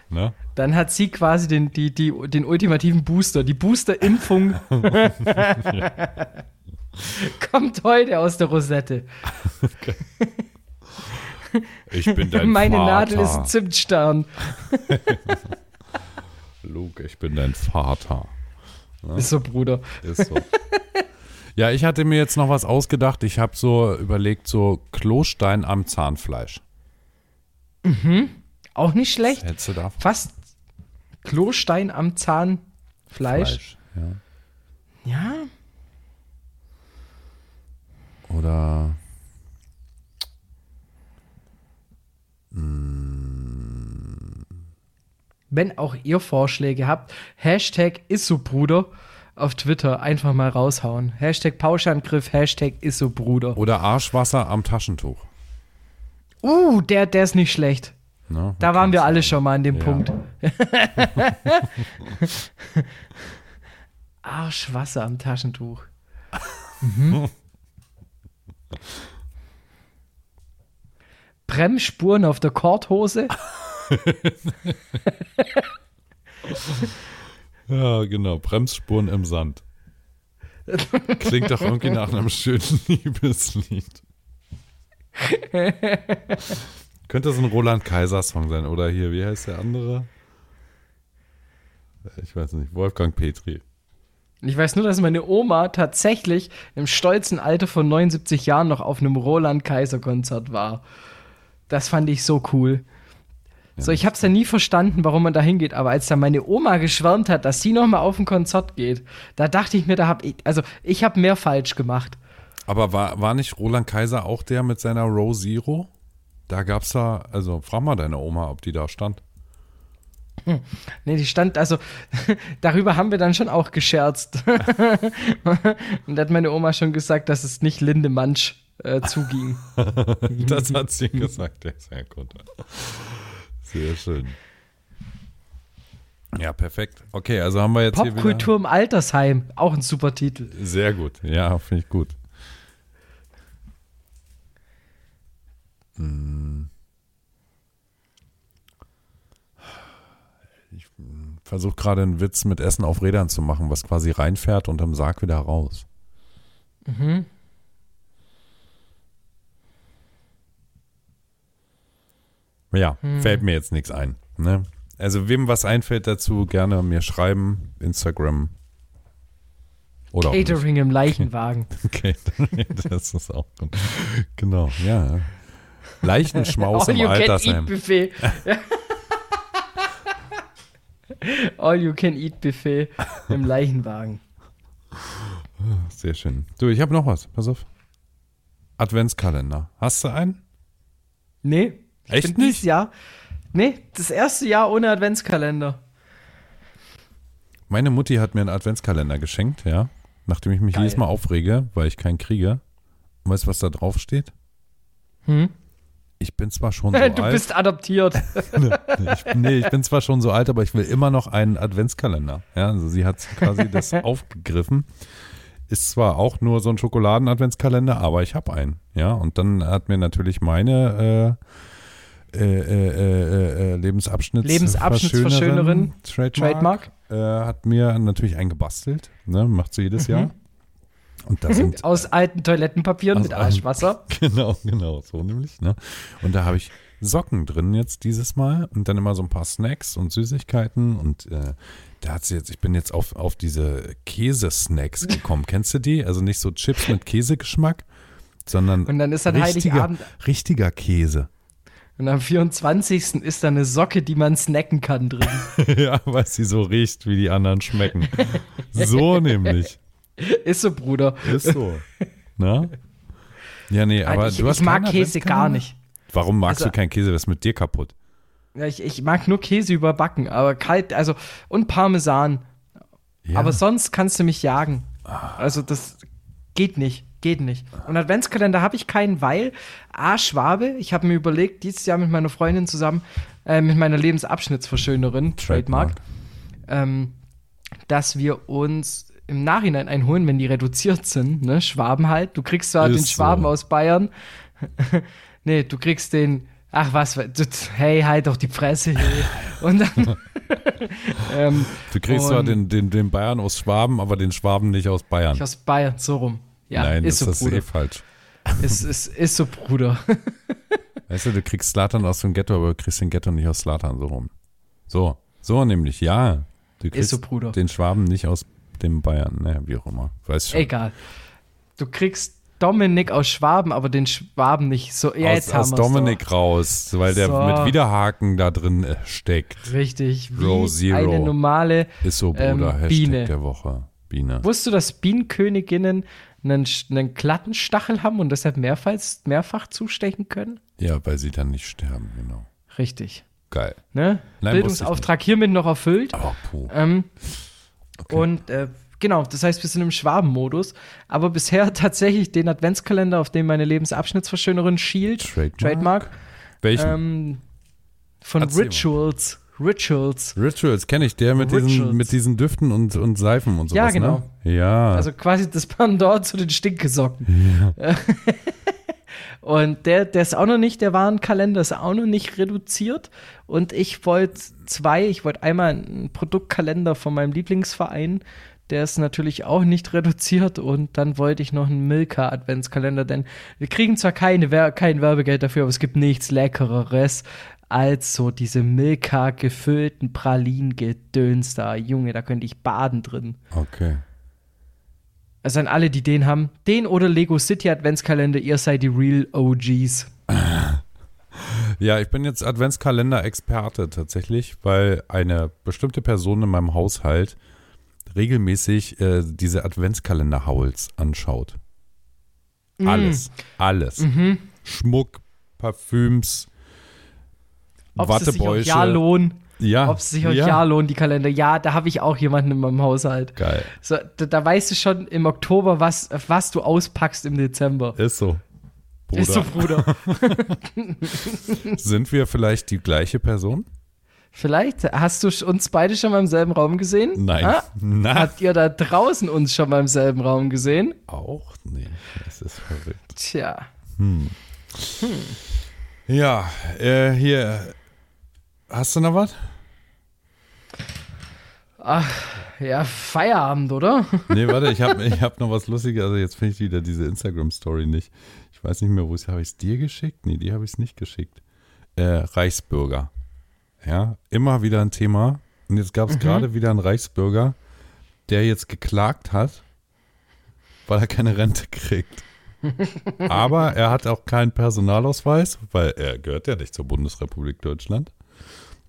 Speaker 2: Ne?
Speaker 1: Dann hat sie quasi den, die, die, den ultimativen Booster, die Booster-Impfung. Kommt heute aus der Rosette.
Speaker 2: Ich bin dein
Speaker 1: Meine
Speaker 2: Vater.
Speaker 1: Nadel ist ein Zimtstern.
Speaker 2: Luke, ich bin dein Vater.
Speaker 1: Ist so, Bruder.
Speaker 2: Ist so. ja, ich hatte mir jetzt noch was ausgedacht. Ich habe so überlegt, so Klostein am Zahnfleisch.
Speaker 1: Auch nicht schlecht.
Speaker 2: Hättest du da
Speaker 1: Fast Klostein am Zahnfleisch.
Speaker 2: Ja.
Speaker 1: Ja,
Speaker 2: Oder
Speaker 1: wenn auch ihr Vorschläge habt, Hashtag Bruder auf Twitter einfach mal raushauen. Hashtag Pauschangriff, Hashtag Bruder.
Speaker 2: Oder Arschwasser am Taschentuch.
Speaker 1: Uh, der, der ist nicht schlecht.
Speaker 2: Ne?
Speaker 1: Da waren wir alle schon mal an dem
Speaker 2: Ja.
Speaker 1: Punkt. Arschwasser am Taschentuch. Mhm. Bremsspuren auf der Korthose.
Speaker 2: Ja, genau. Bremsspuren im Sand. Klingt doch irgendwie nach einem schönen Liebeslied. Könnte so ein Roland Kaiser-Song sein. Oder hier, wie heißt der andere? Äh, Ich weiß nicht. Wolfgang Petri.
Speaker 1: Und Ich weiß nur, dass meine Oma tatsächlich im stolzen Alter von 79 Jahren noch auf einem Roland Kaiser Konzert war. Das fand ich so cool. So, ich hab's ja nie verstanden, warum man da hingeht, aber als dann meine Oma geschwärmt hat, dass sie noch mal auf ein Konzert geht, da dachte ich mir, da hab ich also ich hab mehr falsch gemacht.
Speaker 2: Aber war, war nicht Roland Kaiser auch der mit seiner Row Zero? Da gab's da, also frag mal deine Oma, ob die da stand.
Speaker 1: Nee, die stand also darüber haben wir dann schon auch gescherzt. Und da hat meine Oma schon gesagt, dass es nicht Lindemansch äh, zuging.
Speaker 2: Das hat sie gesagt, der ist sehr gut. Sehr schön. Ja, perfekt. Okay, also haben wir jetzt hier wieder...
Speaker 1: Popkultur im Altersheim, auch ein super Titel.
Speaker 2: Sehr gut. Ja, finde ich gut. Hm. Ich versuche gerade einen Witz mit Essen auf Rädern zu machen, was quasi reinfährt und am Sarg wieder raus. Ja, fällt mir jetzt nichts ein. Ne? Also wem was einfällt dazu, gerne mir schreiben, Instagram. Oder auch nicht.
Speaker 1: Catering im Leichenwagen.
Speaker 2: Okay, das ist auch gut. Genau, ja.
Speaker 1: Oh,
Speaker 2: Leichenschmaus im Altersheim.
Speaker 1: Buffet. All you can eat Buffet im Leichenwagen.
Speaker 2: Sehr schön. Du, ich habe noch was. Pass auf. Adventskalender. Hast du einen?
Speaker 1: Nee. ich
Speaker 2: Echt
Speaker 1: bin
Speaker 2: nicht?
Speaker 1: Dieses Jahr, nee, das erste Jahr ohne Adventskalender.
Speaker 2: Meine Mutti hat mir einen Adventskalender geschenkt, ja. Nachdem ich mich
Speaker 1: Geil.
Speaker 2: jedes Mal aufrege, weil ich keinen kriege. Und weißt du, was da drauf steht?
Speaker 1: Hm?
Speaker 2: ich bin zwar schon so alt.
Speaker 1: du bist adoptiert.
Speaker 2: ich, nee, ich bin zwar schon so alt, aber ich will immer noch einen Adventskalender. Ja, also sie hat quasi das aufgegriffen. Ist zwar auch nur so ein Schokoladen-Adventskalender, aber ich habe einen. Ja, und dann hat mir natürlich meine äh, äh, äh, äh, äh, Lebensabschnitts
Speaker 1: Lebensabschnittsverschönerin,
Speaker 2: Trademark,
Speaker 1: Trademark.
Speaker 2: Äh, hat mir natürlich einen gebastelt. Ne, macht sie jedes Jahr. Und da sind
Speaker 1: Aus alten Toilettenpapieren
Speaker 2: Aus
Speaker 1: mit
Speaker 2: alten-
Speaker 1: Arschwasser.
Speaker 2: Genau, genau, so nämlich. Ne? Und da habe ich Socken drin jetzt dieses Mal und dann immer so ein paar Snacks und Süßigkeiten und äh, da hat sie jetzt, ich bin jetzt auf, auf diese Käsesnacks gekommen. Kennst du die? Also nicht so Chips mit Käsegeschmack, sondern
Speaker 1: Und dann ist dann halt
Speaker 2: richtiger,
Speaker 1: Heiligabend
Speaker 2: richtiger Käse.
Speaker 1: und am 24. ist da eine Socke, die man snacken kann drin.
Speaker 2: ja, weil sie so riecht, wie die anderen schmecken. So nämlich.
Speaker 1: Ist so, Bruder.
Speaker 2: Ist so. Na? Ja, nee, aber
Speaker 1: ich
Speaker 2: du hast
Speaker 1: ich mag
Speaker 2: keinen
Speaker 1: Käse gar
Speaker 2: Adventskalender?
Speaker 1: nicht.
Speaker 2: Warum magst
Speaker 1: Also-
Speaker 2: du keinen Käse? Was ist mit dir kaputt?
Speaker 1: Ja, ich, ich mag nur Käse überbacken, aber kalt, also und Parmesan.
Speaker 2: Ja.
Speaker 1: Aber sonst kannst du mich jagen. Also das geht nicht, geht nicht. Und Adventskalender habe ich keinen, weil A, Schwabe, ich habe mir überlegt, dieses Jahr mit meiner Freundin zusammen, äh, mit meiner Lebensabschnittsverschönerin, Trademark, ähm, dass wir uns im Nachhinein einholen, wenn die reduziert sind, ne? Schwaben halt. Du kriegst zwar
Speaker 2: Ist
Speaker 1: den Schwaben
Speaker 2: so.
Speaker 1: aus Bayern. nee, du kriegst den, ach was, we- hey, halt doch die Fresse hier. Und dann ähm,
Speaker 2: Du kriegst zwar
Speaker 1: Und-
Speaker 2: den, den, den Bayern aus Schwaben, aber den Schwaben nicht aus Bayern.
Speaker 1: ich aus Bayern, so rum. Ja,
Speaker 2: Nein,
Speaker 1: ist
Speaker 2: das
Speaker 1: so,
Speaker 2: ist eh
Speaker 1: Bruder.
Speaker 2: falsch.
Speaker 1: Ist, ist, ist so, Bruder.
Speaker 2: Weißt du, du kriegst Slatan aus dem Ghetto, aber du kriegst den Ghetto nicht aus Slatan, so rum. So, so nämlich, ja. Du kriegst
Speaker 1: so, Bruder.
Speaker 2: den Schwaben nicht aus dem Bayern, naja, wie auch immer. Weißt schon.
Speaker 1: Egal. Du kriegst Dominik aus Schwaben, aber den Schwaben nicht. So, ja,
Speaker 2: aus
Speaker 1: jetzt haben
Speaker 2: aus
Speaker 1: wir's
Speaker 2: Dominik raus, weil der
Speaker 1: So.
Speaker 2: mit Widerhaken da drin äh, steckt.
Speaker 1: Doch. Richtig, wie
Speaker 2: Row Zero.
Speaker 1: eine normale.
Speaker 2: Ist so,
Speaker 1: Ähm,
Speaker 2: Bruder, Hashtag
Speaker 1: Biene.
Speaker 2: der Woche. Biene.
Speaker 1: Wusstest du, dass Bienenköniginnen einen, sch- einen glatten Stachel haben und deshalb mehrfach, mehrfach zustechen können?
Speaker 2: Ja, weil sie dann nicht sterben, genau.
Speaker 1: Richtig.
Speaker 2: Geil.
Speaker 1: Ne?
Speaker 2: Nein, wusste
Speaker 1: Bildungsauftrag hiermit noch erfüllt.
Speaker 2: Oh, puh.
Speaker 1: Ähm, Und äh, genau, das heißt, wir sind im Schwabenmodus. Aber bisher tatsächlich den Adventskalender, auf dem meine Lebensabschnittsverschönerin Shield,
Speaker 2: Trademark?
Speaker 1: Trademark
Speaker 2: Welchen?
Speaker 1: ähm, von
Speaker 2: Erzähl mal.
Speaker 1: Rituals. Rituals.
Speaker 2: Rituals kenne ich, der mit
Speaker 1: Rituals.
Speaker 2: diesen, mit diesen Düften und, und Seifen und sowas.
Speaker 1: Ja, genau.
Speaker 2: Ne? Ja.
Speaker 1: Also quasi das Pendant zu den Stinkesocken. Und der, der ist auch noch nicht, der Warenkalender ist auch noch nicht reduziert. Und ich wollte zwei, ich wollte einmal einen Produktkalender von meinem Lieblingsverein, der ist natürlich auch nicht reduziert. Und dann wollte ich noch einen Milka Adventskalender, denn wir kriegen zwar keine, Wer- kein Werbegeld dafür, aber es gibt nichts Leckereres als so diese Milka gefüllten Pralinen-Gedöns da. Junge, da könnte ich baden drin.
Speaker 2: okay.
Speaker 1: Also an alle, die den haben. Den oder Lego City Adventskalender, ihr seid die real OGs.
Speaker 2: Ja, ich bin jetzt Adventskalender-Experte tatsächlich, weil eine bestimmte Person in meinem Haushalt regelmäßig äh, diese Adventskalender-Hauls anschaut.
Speaker 1: Mhm.
Speaker 2: Alles. Alles. Schmuck, Parfüms,
Speaker 1: Ob es sich auch
Speaker 2: Wattebäusche.
Speaker 1: ja lohnt,
Speaker 2: ja,
Speaker 1: ob es sich auch ja,
Speaker 2: Ah, ja.
Speaker 1: lohnt, die Kalender. Ja, da habe ich auch jemanden in meinem Haushalt.
Speaker 2: Geil.
Speaker 1: So, da, da weißt du schon im Oktober, was, was du auspackst im Dezember.
Speaker 2: Ist so. Bruder,
Speaker 1: Ist so, Bruder.
Speaker 2: sind wir vielleicht die gleiche Person?
Speaker 1: Vielleicht hast du sch- uns beide schon mal im selben Raum gesehen?
Speaker 2: Nein.
Speaker 1: Ah,
Speaker 2: Na,
Speaker 1: habt ihr da draußen uns schon mal im selben Raum gesehen?
Speaker 2: auch nicht. Das ist verrückt.
Speaker 1: Tja.
Speaker 2: Ja, äh, hier. Hast du noch was?
Speaker 1: Ja, Feierabend, oder?
Speaker 2: Nee, warte, ich habe ich hab noch was Lustiges. Also jetzt finde ich wieder diese Instagram-Story nicht. Ich weiß nicht mehr, wo ich habe ich es dir geschickt? Nee, die habe ich es nicht geschickt. Äh, Reichsbürger. Ja, immer wieder ein Thema. Und jetzt gab es gerade wieder einen Reichsbürger, der jetzt geklagt hat, weil er keine Rente kriegt. Aber er hat auch keinen Personalausweis, weil er gehört ja nicht zur Bundesrepublik Deutschland.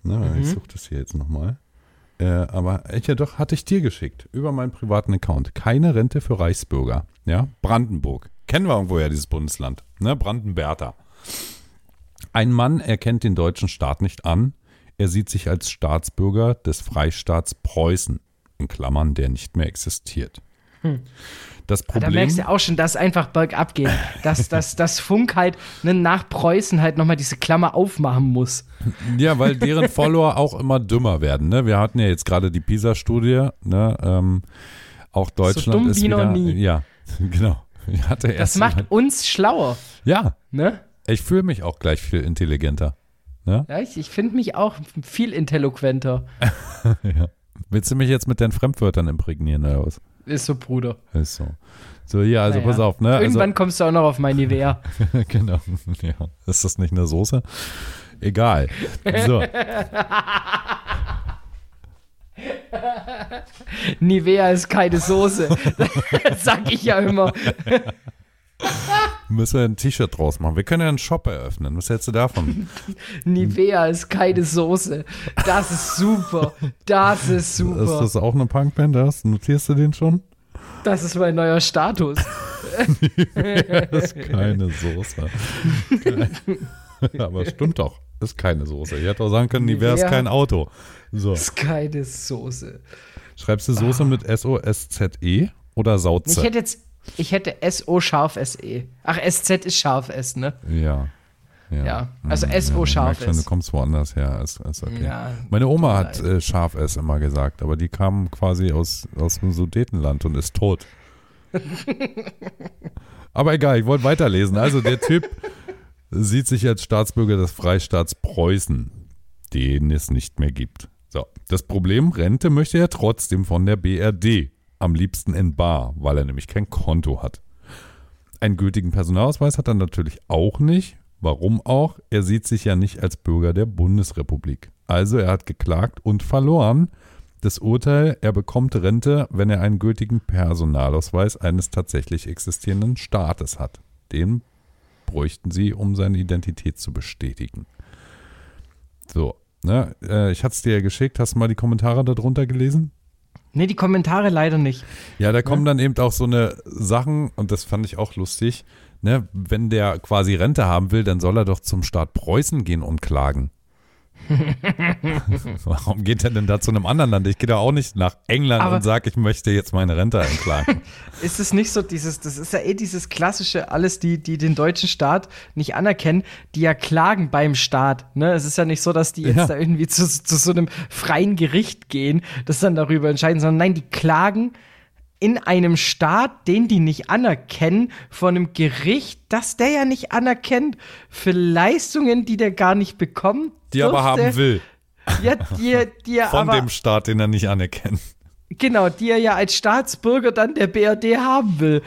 Speaker 2: Na, Ich suche das hier jetzt nochmal. Äh, aber ich, ja doch, hatte ich dir geschickt über meinen privaten Account. Keine Rente für Reichsbürger. Ja, Brandenburg. Kennen wir irgendwo ja dieses Bundesland. Ne? Brandenbertha. Ein Mann erkennt den deutschen Staat nicht an. Er sieht sich als Staatsbürger des Freistaats Preußen, in Klammern, der nicht mehr existiert. Das
Speaker 1: Da
Speaker 2: Problem.
Speaker 1: merkst du auch schon, dass es einfach bergab geht. Dass, dass, dass Funk halt ne, nach Preußen halt nochmal diese Klammer aufmachen muss.
Speaker 2: Ja, weil deren Follower auch immer dümmer werden. Ne? Wir hatten ja jetzt gerade die PISA-Studie. Ne? Ähm, auch Deutschland
Speaker 1: dumm
Speaker 2: ist
Speaker 1: wie noch
Speaker 2: wieder.
Speaker 1: nie.
Speaker 2: Ja, genau. Ich hatte
Speaker 1: Das
Speaker 2: erst
Speaker 1: macht uns schlauer.
Speaker 2: ja,
Speaker 1: Ne?
Speaker 2: ich fühle mich auch gleich viel intelligenter.
Speaker 1: Ja, ich ich finde mich auch viel intelligenter.
Speaker 2: Willst du mich jetzt mit deinen Fremdwörtern imprägnieren oder was?
Speaker 1: Ist so, Bruder.
Speaker 2: Ist so. So, ja, also
Speaker 1: Naja.
Speaker 2: pass auf, ne? Also,
Speaker 1: Irgendwann kommst du auch noch auf mein Nivea.
Speaker 2: genau. Ja. Ist das nicht eine Soße? Egal. So.
Speaker 1: Nivea ist keine Soße. Das sag ich ja immer.
Speaker 2: Müssen wir ein T-Shirt draus machen. Wir können ja einen Shop eröffnen. Was hältst du davon?
Speaker 1: Nivea ist keine Soße. Das ist super. Das ist
Speaker 2: Ist
Speaker 1: super.
Speaker 2: das auch eine Punkband? Das? Notierst du den schon?
Speaker 1: Das ist mein neuer Status.
Speaker 2: Ist keine Soße. Aber stimmt doch. Ist keine Soße. Ich hätte auch sagen können, die wäre es
Speaker 1: Nivea.
Speaker 2: kein Auto. So.
Speaker 1: Das ist keine Soße.
Speaker 2: Schreibst du Soße mit S-O-S-Z-E E oder
Speaker 1: Ich
Speaker 2: Sauze?
Speaker 1: hätte jetzt, ich hätte SO scharf SE. Ach, SZ ist scharf S, ne?
Speaker 2: Ja.
Speaker 1: Ja. Also
Speaker 2: Mhm,
Speaker 1: SO
Speaker 2: ich
Speaker 1: scharf
Speaker 2: merk schon, Du
Speaker 1: S.
Speaker 2: kommst woanders her. Ist, ist okay.
Speaker 1: Ja,
Speaker 2: Meine Oma
Speaker 1: tut mir
Speaker 2: hat äh, scharf S immer gesagt, aber die kam quasi aus, aus dem Sudetenland und ist tot. aber egal, ich wollte weiterlesen. Also der Typ sieht sich als Staatsbürger des Freistaats Preußen, den es nicht mehr gibt. So, das Problem, Rente möchte er trotzdem von der BRD, am liebsten in Bar, weil er nämlich kein Konto hat. Einen gültigen Personalausweis hat er natürlich auch nicht. Warum auch? Er sieht sich ja nicht als Bürger der Bundesrepublik. Also er hat geklagt und verloren. Das Urteil, er bekommt Rente, wenn er einen gültigen Personalausweis eines tatsächlich existierenden Staates hat. Den bräuchten sie, um seine Identität zu bestätigen. So, ne? äh, ich hatte es dir ja geschickt. Hast du mal die Kommentare darunter gelesen?
Speaker 1: Ne, die Kommentare leider nicht.
Speaker 2: Ja, da
Speaker 1: Ne?
Speaker 2: kommen dann eben auch so eine Sachen, und das fand ich auch lustig, ne, wenn der quasi Rente haben will, dann soll er doch zum Staat Preußen gehen und klagen. Warum geht er denn da zu einem anderen Land? Ich gehe da auch nicht nach England
Speaker 1: Aber-
Speaker 2: und sage, ich möchte jetzt meine Rente einklagen.
Speaker 1: Ist es nicht so dieses, das ist ja eh dieses klassische, alles, die, die den deutschen Staat nicht anerkennen, die ja klagen beim Staat. Ne? Es ist ja nicht so, dass die jetzt
Speaker 2: Ja.
Speaker 1: da irgendwie zu, zu so einem freien Gericht gehen, das dann darüber entscheiden, sondern nein, die klagen in einem Staat, den die nicht anerkennen, von einem Gericht, das der ja nicht anerkennt, für Leistungen, die der gar nicht bekommt.
Speaker 2: Die aber
Speaker 1: durfte.
Speaker 2: haben will.
Speaker 1: Ja, die, die er
Speaker 2: Von
Speaker 1: aber,
Speaker 2: dem Staat, den er nicht anerkennt.
Speaker 1: Genau, die er ja als Staatsbürger dann der BRD haben will.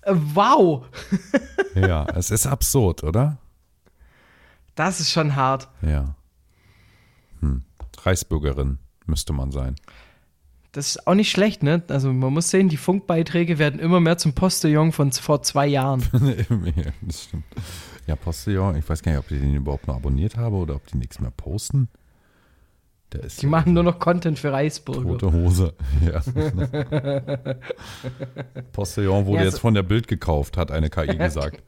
Speaker 1: Äh, Wow,
Speaker 2: Ja, es ist absurd, oder?
Speaker 1: das ist schon hart.
Speaker 2: Ja. Hm. Reichsbürgerin müsste man sein.
Speaker 1: Das ist auch nicht schlecht, ne? Also man muss sehen, die Funkbeiträge werden immer mehr zum Postillon von z- vor zwei Jahren.
Speaker 2: ja, das stimmt. Ja, Postillon, ich weiß gar nicht, ob ich den überhaupt noch abonniert habe oder ob die nichts mehr posten. Der ist
Speaker 1: Die machen nur noch Content für Reichsbürger.
Speaker 2: rote Hose. Ja. Postillon wurde
Speaker 1: Ja,
Speaker 2: jetzt
Speaker 1: so-
Speaker 2: von der Bild gekauft, hat eine KI gesagt.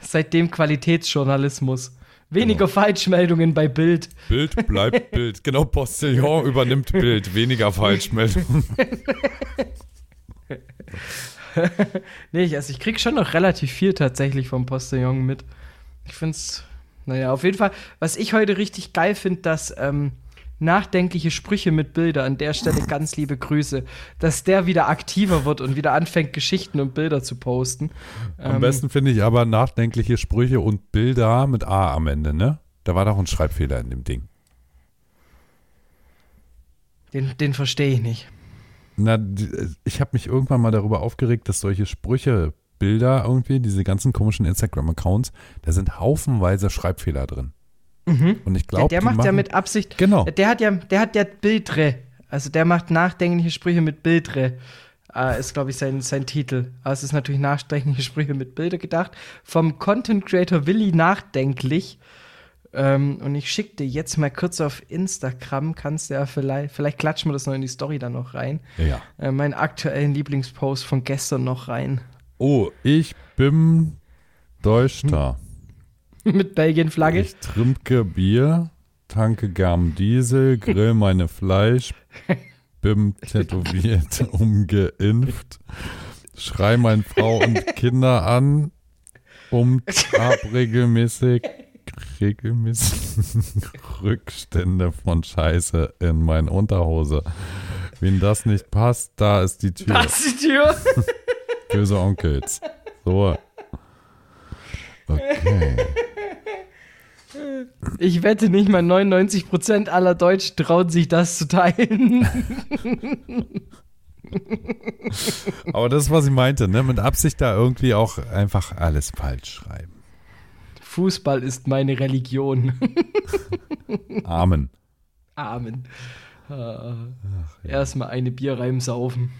Speaker 1: Seitdem Qualitätsjournalismus. Weniger Falschmeldungen bei Bild.
Speaker 2: Bild bleibt Bild. Genau, Postillon übernimmt Bild. Weniger Falschmeldungen.
Speaker 1: Nee, ich- also ich krieg schon noch relativ viel tatsächlich vom Postillon mit. Ich find's, naja, auf jeden Fall, was ich heute richtig geil finde, dass ähm, nachdenkliche Sprüche mit Bilder, an der Stelle ganz liebe Grüße, dass der wieder aktiver wird und wieder anfängt, Geschichten und Bilder zu posten. Ähm.
Speaker 2: Am besten finde ich aber nachdenkliche Sprüche und Bilder mit A am Ende, ne? Da war doch ein Schreibfehler in dem Ding.
Speaker 1: Den, den verstehe ich nicht.
Speaker 2: Na, die- ich habe mich irgendwann mal darüber aufgeregt, dass solche Sprüche, Bilder irgendwie, diese ganzen komischen Instagram-Accounts, da sind haufenweise Schreibfehler drin. Und ich
Speaker 1: Der,
Speaker 2: glaube,
Speaker 1: der macht Mhm. ja mit Absicht.
Speaker 2: Genau.
Speaker 1: Der hat ja, der hat ja Bildre. Also der macht nachdenkliche Sprüche mit Bildre. Äh, ist, glaube ich, sein, sein Titel. Aber es ist natürlich nachdenkliche Sprüche mit Bilder gedacht. Vom Content Creator Willi nachdenklich. Ähm, und ich schick dir jetzt mal kurz auf Instagram. Kannst du ja vielleicht, vielleicht klatschen wir das noch in die Story dann noch rein.
Speaker 2: Ja.
Speaker 1: Äh, meinen aktuellen Lieblingspost von gestern noch rein.
Speaker 2: Oh, ich bin Deutscher.
Speaker 1: mit Belgien-Flagge.
Speaker 2: Ich trinke Bier, tanke gern Diesel, grill meine Fleisch, Bim tätowiert, umgeimpft. Schrei meine Frau und Kinder an, um ab regelmäßig, regelmäßig Rückstände von Scheiße in meine Unterhose. Wenn das nicht passt, da ist die Tür.
Speaker 1: Was die Tür?
Speaker 2: Böse Onkels. So. Okay.
Speaker 1: Ich wette nicht mal 99% aller Deutschen trauen sich das zu teilen.
Speaker 2: Aber das ist, was ich meinte, ne? Mit Absicht da irgendwie auch einfach alles falsch schreiben.
Speaker 1: Fußball ist meine Religion.
Speaker 2: Amen.
Speaker 1: Amen. Äh, Erstmal eine Bierreim saufen.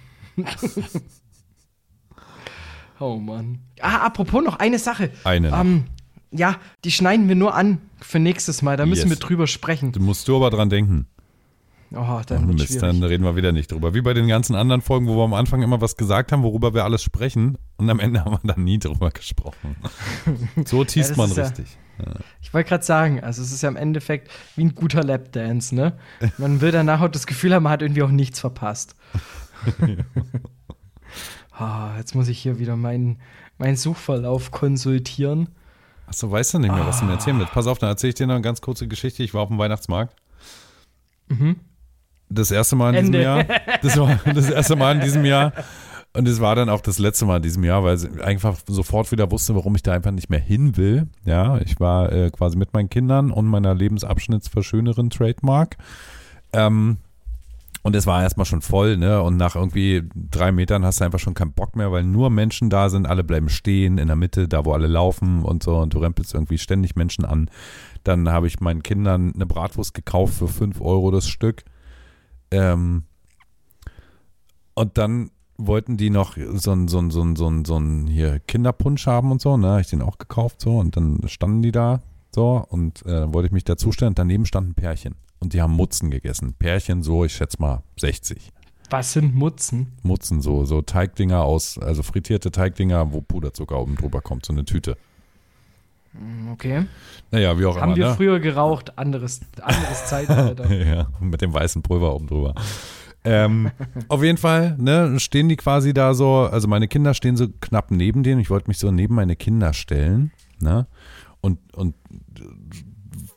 Speaker 1: oh Mann. Ah, apropos noch eine Sache.
Speaker 2: Eine. noch.
Speaker 1: Ähm, ja, die schneiden wir nur an für nächstes Mal. Da müssen
Speaker 2: Yes.
Speaker 1: wir drüber sprechen.
Speaker 2: Du musst du aber dran denken.
Speaker 1: Oh, dann wird's
Speaker 2: Mist, dann
Speaker 1: schwierig.
Speaker 2: reden wir wieder nicht drüber. Wie bei den ganzen anderen Folgen, wo wir am Anfang immer was gesagt haben, worüber wir alles sprechen. Und am Ende haben wir dann nie drüber gesprochen. So
Speaker 1: Ja,
Speaker 2: tiest
Speaker 1: das
Speaker 2: man
Speaker 1: ist ja-
Speaker 2: richtig.
Speaker 1: Ich wollte gerade sagen, also es ist ja im Endeffekt wie ein guter Lapdance, ne? Man will danach auch das Gefühl haben, man hat irgendwie auch nichts verpasst. Ah, jetzt muss ich hier wieder meinen meinen Suchverlauf konsultieren.
Speaker 2: Achso, weißt du nicht mehr, was du mir erzählen willst. Pass auf, dann erzähle ich dir noch eine ganz kurze Geschichte. Ich war auf dem Weihnachtsmarkt. Das erste Mal in
Speaker 1: Ende.
Speaker 2: diesem Jahr. Das war das erste Mal in diesem Jahr. Und es war dann auch das letzte Mal in diesem Jahr, weil ich einfach sofort wieder wusste, warum ich da einfach nicht mehr hin will. Ja, ich war äh, quasi mit meinen Kindern und meiner Lebensabschnittsverschönerin Trademark. Ähm, und es war erstmal schon voll, ne? Und nach irgendwie drei Metern hast du einfach schon keinen Bock mehr, weil nur Menschen da sind, alle bleiben stehen in der Mitte, da wo alle laufen und so. Und du rempelst irgendwie ständig Menschen an. Dann habe ich meinen Kindern eine Bratwurst gekauft für 5 Euro das Stück. Ähm, und dann wollten die noch so ein, so ein, so ein, so ein, so ein hier Kinderpunsch haben und so, ne? Hab ich den auch gekauft, so. Und dann standen die da, so. Und äh, dann wollte ich mich dazustellen. Daneben stand ein Pärchen. Und die haben Mutzen gegessen. Pärchen so, ich schätze mal 60.
Speaker 1: Was sind Mutzen?
Speaker 2: Mutzen so, so Teigdinger aus, also frittierte Teigdinger, wo Puderzucker oben drüber kommt, so eine Tüte.
Speaker 1: Okay.
Speaker 2: Naja, wie auch
Speaker 1: Haben
Speaker 2: immer.
Speaker 1: wir
Speaker 2: ne?
Speaker 1: früher geraucht, anderes, anderes Zeitalter.
Speaker 2: Ja, mit dem weißen Pulver oben drüber. Ähm, auf jeden Fall, ne, stehen die quasi da so, also meine Kinder stehen so knapp neben denen. Ich wollte mich so neben meine Kinder stellen, ne? Und, und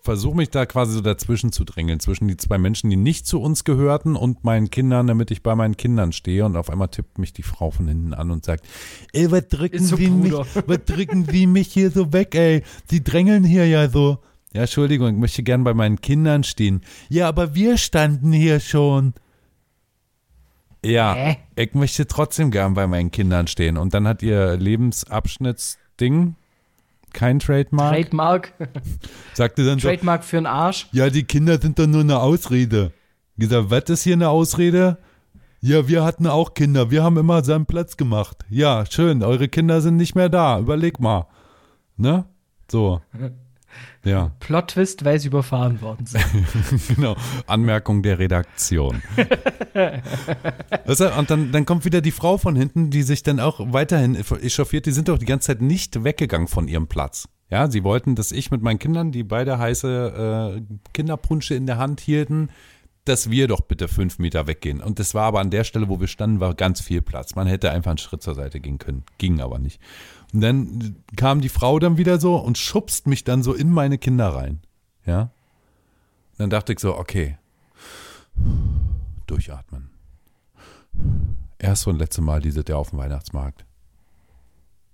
Speaker 2: versuche mich da quasi so dazwischen zu drängeln, zwischen die zwei Menschen, die nicht zu uns gehörten und meinen Kindern, damit ich bei meinen Kindern stehe. Und auf einmal tippt mich die Frau von hinten an und sagt, ey, was drücken
Speaker 1: Ist so,
Speaker 2: Sie mich,
Speaker 1: Bruder."
Speaker 2: was drücken Sie mich hier so weg, ey? Sie drängeln hier ja so. Ja, Entschuldigung, ich möchte gern bei meinen Kindern stehen. Ja, aber wir standen hier schon. Ja,
Speaker 1: Hä?
Speaker 2: ich möchte trotzdem gern bei meinen Kindern stehen. Und dann hat ihr Lebensabschnittsding kein Trademark.
Speaker 1: Trademark.
Speaker 2: sagte dann so,
Speaker 1: Trademark für einen Arsch.
Speaker 2: ja, die Kinder sind doch nur eine Ausrede. Ich gesagt, was ist hier eine Ausrede? Ja, wir hatten auch Kinder. Wir haben immer seinen Platz gemacht. Ja, schön. Eure Kinder sind nicht mehr da. Überleg mal. Ne? So. Ja,
Speaker 1: Plot Twist, weil sie überfahren worden sind.
Speaker 2: genau. Anmerkung der Redaktion. Weißt du, Und dann, dann kommt wieder die Frau von hinten, die sich dann auch weiterhin echauffiert. Die sind doch die ganze Zeit nicht weggegangen von ihrem Platz. Ja, sie wollten, dass ich mit meinen Kindern, die beide heiße äh, Kinderpunsche in der Hand hielten, dass wir doch bitte fünf Meter weggehen. Und das war aber an der Stelle, wo wir standen, war ganz viel Platz. Man hätte einfach einen Schritt zur Seite gehen können. Ging aber nicht. Und dann kam die Frau dann wieder so und schubst mich dann so in meine Kinder rein. Ja. Und dann dachte ich so, okay. Durchatmen erste und letzte Mal dieses Jahr auf dem Weihnachtsmarkt.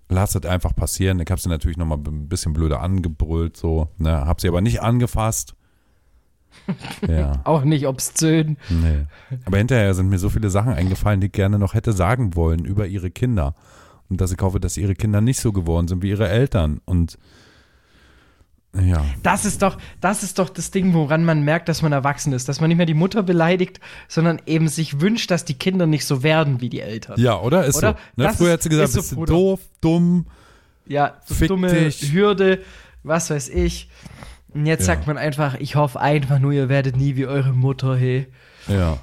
Speaker 2: Lass es einfach passieren. Ich habe sie natürlich nochmal ein bisschen blöder angebrüllt, so. Ne, hab sie aber nicht angefasst. Ja,
Speaker 1: Auch nicht obszön.
Speaker 2: nee. Aber hinterher sind mir so viele Sachen eingefallen, die ich gerne noch hätte sagen wollen über ihre Kinder. Und dass ich hoffe, dass ihre Kinder nicht so geworden sind wie ihre Eltern. Und ja,
Speaker 1: Das ist doch, das ist doch das Ding, woran man merkt, dass man erwachsen ist, dass man nicht mehr die Mutter beleidigt, sondern eben sich wünscht, dass die Kinder nicht so werden wie die Eltern.
Speaker 2: ja oder? Ist
Speaker 1: Oder?
Speaker 2: so. Ne?
Speaker 1: Das
Speaker 2: Früher
Speaker 1: ist-
Speaker 2: hat sie gesagt,
Speaker 1: ist so,
Speaker 2: bist du
Speaker 1: Bruder.
Speaker 2: doof, dumm.
Speaker 1: Ja, so
Speaker 2: Fick
Speaker 1: dumme
Speaker 2: dich.
Speaker 1: Hürde, was weiß ich. Und jetzt
Speaker 2: Ja.
Speaker 1: sagt man einfach, ich hoffe einfach nur, ihr werdet nie wie eure Mutter, hey.
Speaker 2: Ja,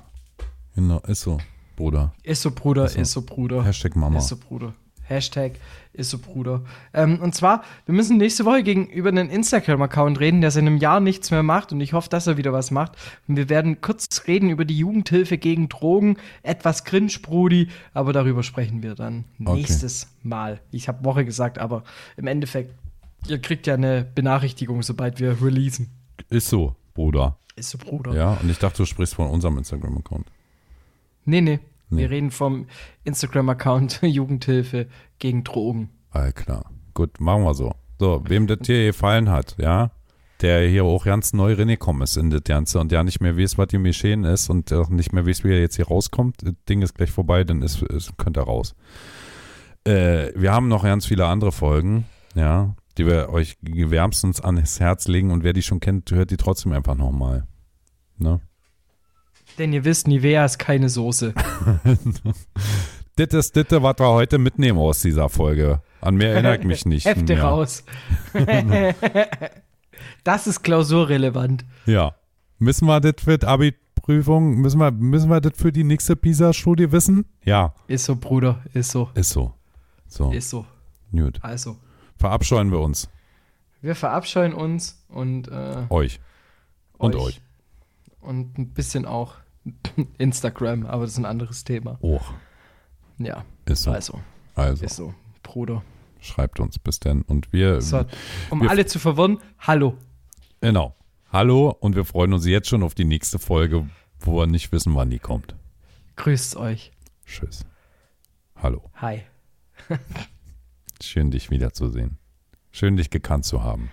Speaker 2: genau, ist so, Bruder.
Speaker 1: Ist so Bruder, ist so, Bruder.
Speaker 2: Hashtag Mama.
Speaker 1: Ist so Bruder. Hashtag ist so Bruder. Ähm, und zwar, wir müssen nächste Woche gegenüber einen Instagram-Account reden, der seit einem Jahr nichts mehr macht und ich hoffe, dass er wieder was macht. Und wir werden kurz reden über die Jugendhilfe gegen Drogen, etwas cringe, Brudi, aber darüber sprechen wir dann
Speaker 2: Okay.
Speaker 1: nächstes Mal. Ich habe Woche gesagt, aber im Endeffekt, ihr kriegt ja eine Benachrichtigung, sobald wir releasen.
Speaker 2: Ist so, Bruder.
Speaker 1: Ist so Bruder.
Speaker 2: Ja, und ich dachte, du sprichst von unserem Instagram-Account.
Speaker 1: Nee, nee,
Speaker 2: Nee.
Speaker 1: Wir reden vom Instagram-Account Jugendhilfe gegen Drogen.
Speaker 2: All klar. Gut, machen wir so. So, wem das hier gefallen hat, ja, der hier auch ganz neu reingekommen ist in das Ganze und ja nicht mehr weiß, was ihm geschehen ist und auch nicht mehr weiß, wie er jetzt hier rauskommt, das Ding ist gleich vorbei, dann ist, ist, könnt ihr raus. Äh, wir haben noch ganz viele andere Folgen, ja, die wir euch wärmstens ans Herz legen und wer die schon kennt, hört die trotzdem einfach nochmal. Ne?
Speaker 1: Denn ihr wisst, Nivea ist keine Soße.
Speaker 2: Das ist das, was wir heute mitnehmen aus dieser Folge. An mehr erinnere ich mich nicht.
Speaker 1: Hefte
Speaker 2: mehr.
Speaker 1: raus. das ist klausurrelevant.
Speaker 2: Ja. Müssen wir das für die Abi-Prüfung, müssen wir, müssen wir das für die nächste PISA-Studie wissen? Ja,
Speaker 1: Ist so, Bruder. Ist so.
Speaker 2: ist so. So,
Speaker 1: Ist so.
Speaker 2: gut.
Speaker 1: Also,
Speaker 2: Verabscheuen wir uns.
Speaker 1: wir verabscheuen uns und äh,
Speaker 2: Euch. Und euch.
Speaker 1: Und ein bisschen auch Instagram, aber das ist ein anderes Thema.
Speaker 2: Och,
Speaker 1: Ja,
Speaker 2: ist so.
Speaker 1: also,
Speaker 2: Also,
Speaker 1: ist so. Bruder.
Speaker 2: schreibt uns bis denn. Und wir,
Speaker 1: So, um
Speaker 2: Wir-
Speaker 1: alle zu verwirren, hallo.
Speaker 2: genau. Hallo und wir freuen uns jetzt schon auf die nächste Folge, wo wir nicht wissen, wann die kommt.
Speaker 1: Grüßt euch.
Speaker 2: Tschüss. Hallo.
Speaker 1: Hi.
Speaker 2: Schön, dich wiederzusehen. Schön, dich gekannt zu haben.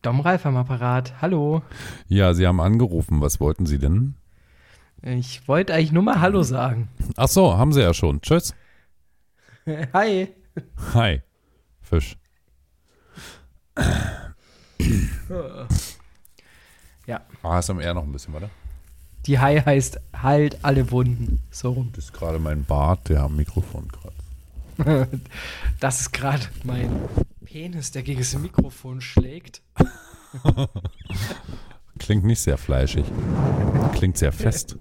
Speaker 1: Dom Ralf am Apparat. Hallo.
Speaker 2: Ja, Sie haben angerufen. Was wollten Sie denn?
Speaker 1: Ich wollte eigentlich nur mal Hallo sagen.
Speaker 2: Ach so, haben Sie ja schon. Tschüss.
Speaker 1: Hi.
Speaker 2: Hi. Fisch.
Speaker 1: Ja,
Speaker 2: Ah, hast du am R noch ein bisschen, warte.
Speaker 1: die Hi heißt halt alle Wunden. So rum.
Speaker 2: Das ist gerade mein Bart, der am Mikrofon kratzt.
Speaker 1: Das ist gerade mein Penis, der gegen das Mikrofon schlägt.
Speaker 2: Klingt nicht sehr fleischig. Klingt sehr fest.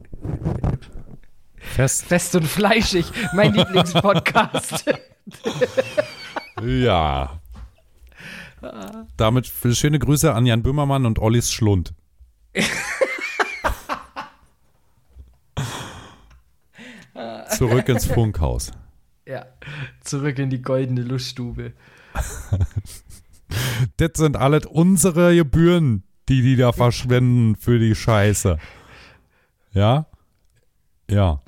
Speaker 2: Fest?
Speaker 1: Fest und fleischig. Mein Lieblingspodcast.
Speaker 2: Ja. Damit f- schöne Grüße an Jan Böhmermann und Ollis Schlund. Zurück ins Funkhaus.
Speaker 1: ja. Zurück in die goldene Luststube.
Speaker 2: Das sind alles unsere Gebühren, die die da verschwenden für die Scheiße. Ja? Ja.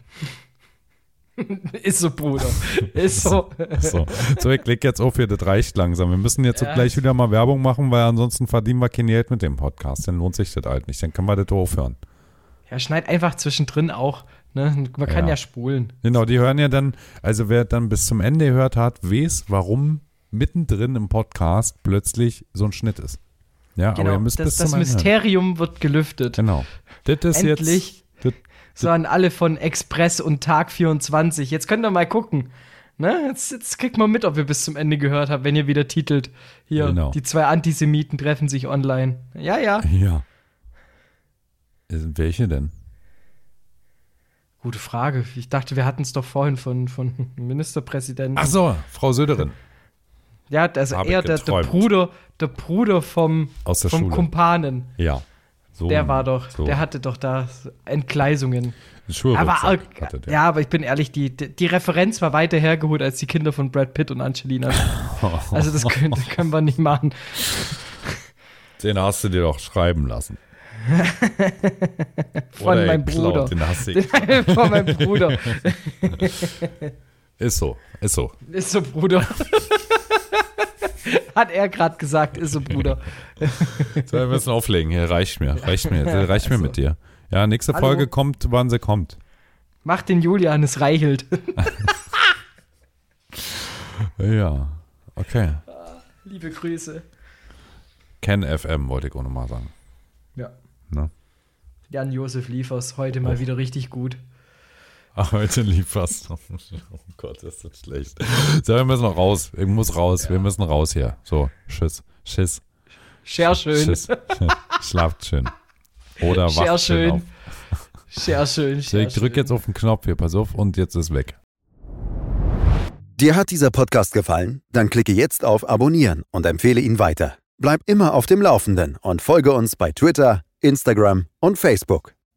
Speaker 1: Ist so, Bruder. Ist so.
Speaker 2: So, so ich leg jetzt auf hier, das reicht langsam. Wir müssen jetzt
Speaker 1: Ja.
Speaker 2: so gleich wieder mal Werbung machen, weil ansonsten verdienen wir kein Geld mit dem Podcast. Dann lohnt sich das halt nicht. Dann können wir das aufhören.
Speaker 1: Ja, schneid einfach zwischendrin auch. Ne? Man kann
Speaker 2: Ja.
Speaker 1: ja, spulen.
Speaker 2: Genau, die hören ja dann, also wer dann bis zum Ende gehört hat, weiß, warum mittendrin im Podcast plötzlich so ein Schnitt ist. Ja, aber
Speaker 1: Genau.
Speaker 2: ihr müsst
Speaker 1: Das,
Speaker 2: bis
Speaker 1: das
Speaker 2: zum Ende. hören.
Speaker 1: Mysterium wird gelüftet.
Speaker 2: Genau. Das ist
Speaker 1: Endlich.
Speaker 2: jetzt.
Speaker 1: So an alle von Express und Tag 24. Jetzt könnt ihr mal gucken. Ne? Jetzt, jetzt kriegt man mit, ob ihr bis zum Ende gehört habt, wenn ihr wieder titelt. Hier,
Speaker 2: Genau.
Speaker 1: die zwei Antisemiten treffen sich online. Ja, ja.
Speaker 2: Das, ja. Äh, Welche denn?
Speaker 1: Gute Frage. Ich dachte, wir hatten es doch vorhin von, von Ministerpräsidenten.
Speaker 2: Ach so, Frau Söderin.
Speaker 1: ja, also
Speaker 2: hab
Speaker 1: er,
Speaker 2: ich
Speaker 1: der, der
Speaker 2: geträumt.
Speaker 1: Bruder, der Bruder vom,
Speaker 2: Aus der
Speaker 1: vom
Speaker 2: Schule.
Speaker 1: Kumpanen.
Speaker 2: Ja. So,
Speaker 1: Der war doch,
Speaker 2: so.
Speaker 1: der hatte doch da Entgleisungen.
Speaker 2: Schuhe
Speaker 1: Aber,
Speaker 2: aber,
Speaker 1: arg- ja, aber ich bin ehrlich, die, die die Referenz war weiter hergeholt als die Kinder von Brad Pitt und Angelina. Also das können, das können wir nicht machen.
Speaker 2: Den hast du dir doch schreiben lassen.
Speaker 1: Von
Speaker 2: Oder
Speaker 1: meinem
Speaker 2: geklaut,
Speaker 1: Bruder.
Speaker 2: Den hast du.
Speaker 1: Den- Von meinem Bruder.
Speaker 2: Ist so, ist so.
Speaker 1: Ist so Bruder. Hat er gerade gesagt, ist so Bruder.
Speaker 2: So, wir müssen auflegen. Hier, reicht mir, reicht mir, reicht mir
Speaker 1: also.
Speaker 2: mit dir. Ja, nächste
Speaker 1: Hallo.
Speaker 2: Folge kommt, wann sie kommt.
Speaker 1: Macht den Julian, es reichelt.
Speaker 2: Ja, okay.
Speaker 1: Liebe Grüße.
Speaker 2: Ken FM wollte ich auch nochmal sagen.
Speaker 1: Ja.
Speaker 2: Ne?
Speaker 1: Jan Josef Liefers, heute
Speaker 2: Oh.
Speaker 1: mal wieder richtig gut.
Speaker 2: Ach, heute lief was. Oh Gott, ist das schlecht. So, wir müssen noch raus. Ich muss raus. Wir müssen raus hier. So, tschüss, tschüss,
Speaker 1: Sehr schön.
Speaker 2: tschüss. Schlaft schön. Oder
Speaker 1: Sehr
Speaker 2: wacht schön
Speaker 1: schön.
Speaker 2: auf.
Speaker 1: Sehr schön.
Speaker 2: So,
Speaker 1: Sehr
Speaker 2: ich drücke
Speaker 1: schön.
Speaker 2: jetzt auf den Knopf hier, pass auf, und jetzt ist weg.
Speaker 3: Dir hat dieser Podcast gefallen? Dann klicke jetzt auf Abonnieren und empfehle ihn weiter. Bleib immer auf dem Laufenden und folge uns bei Twitter, Instagram und Facebook.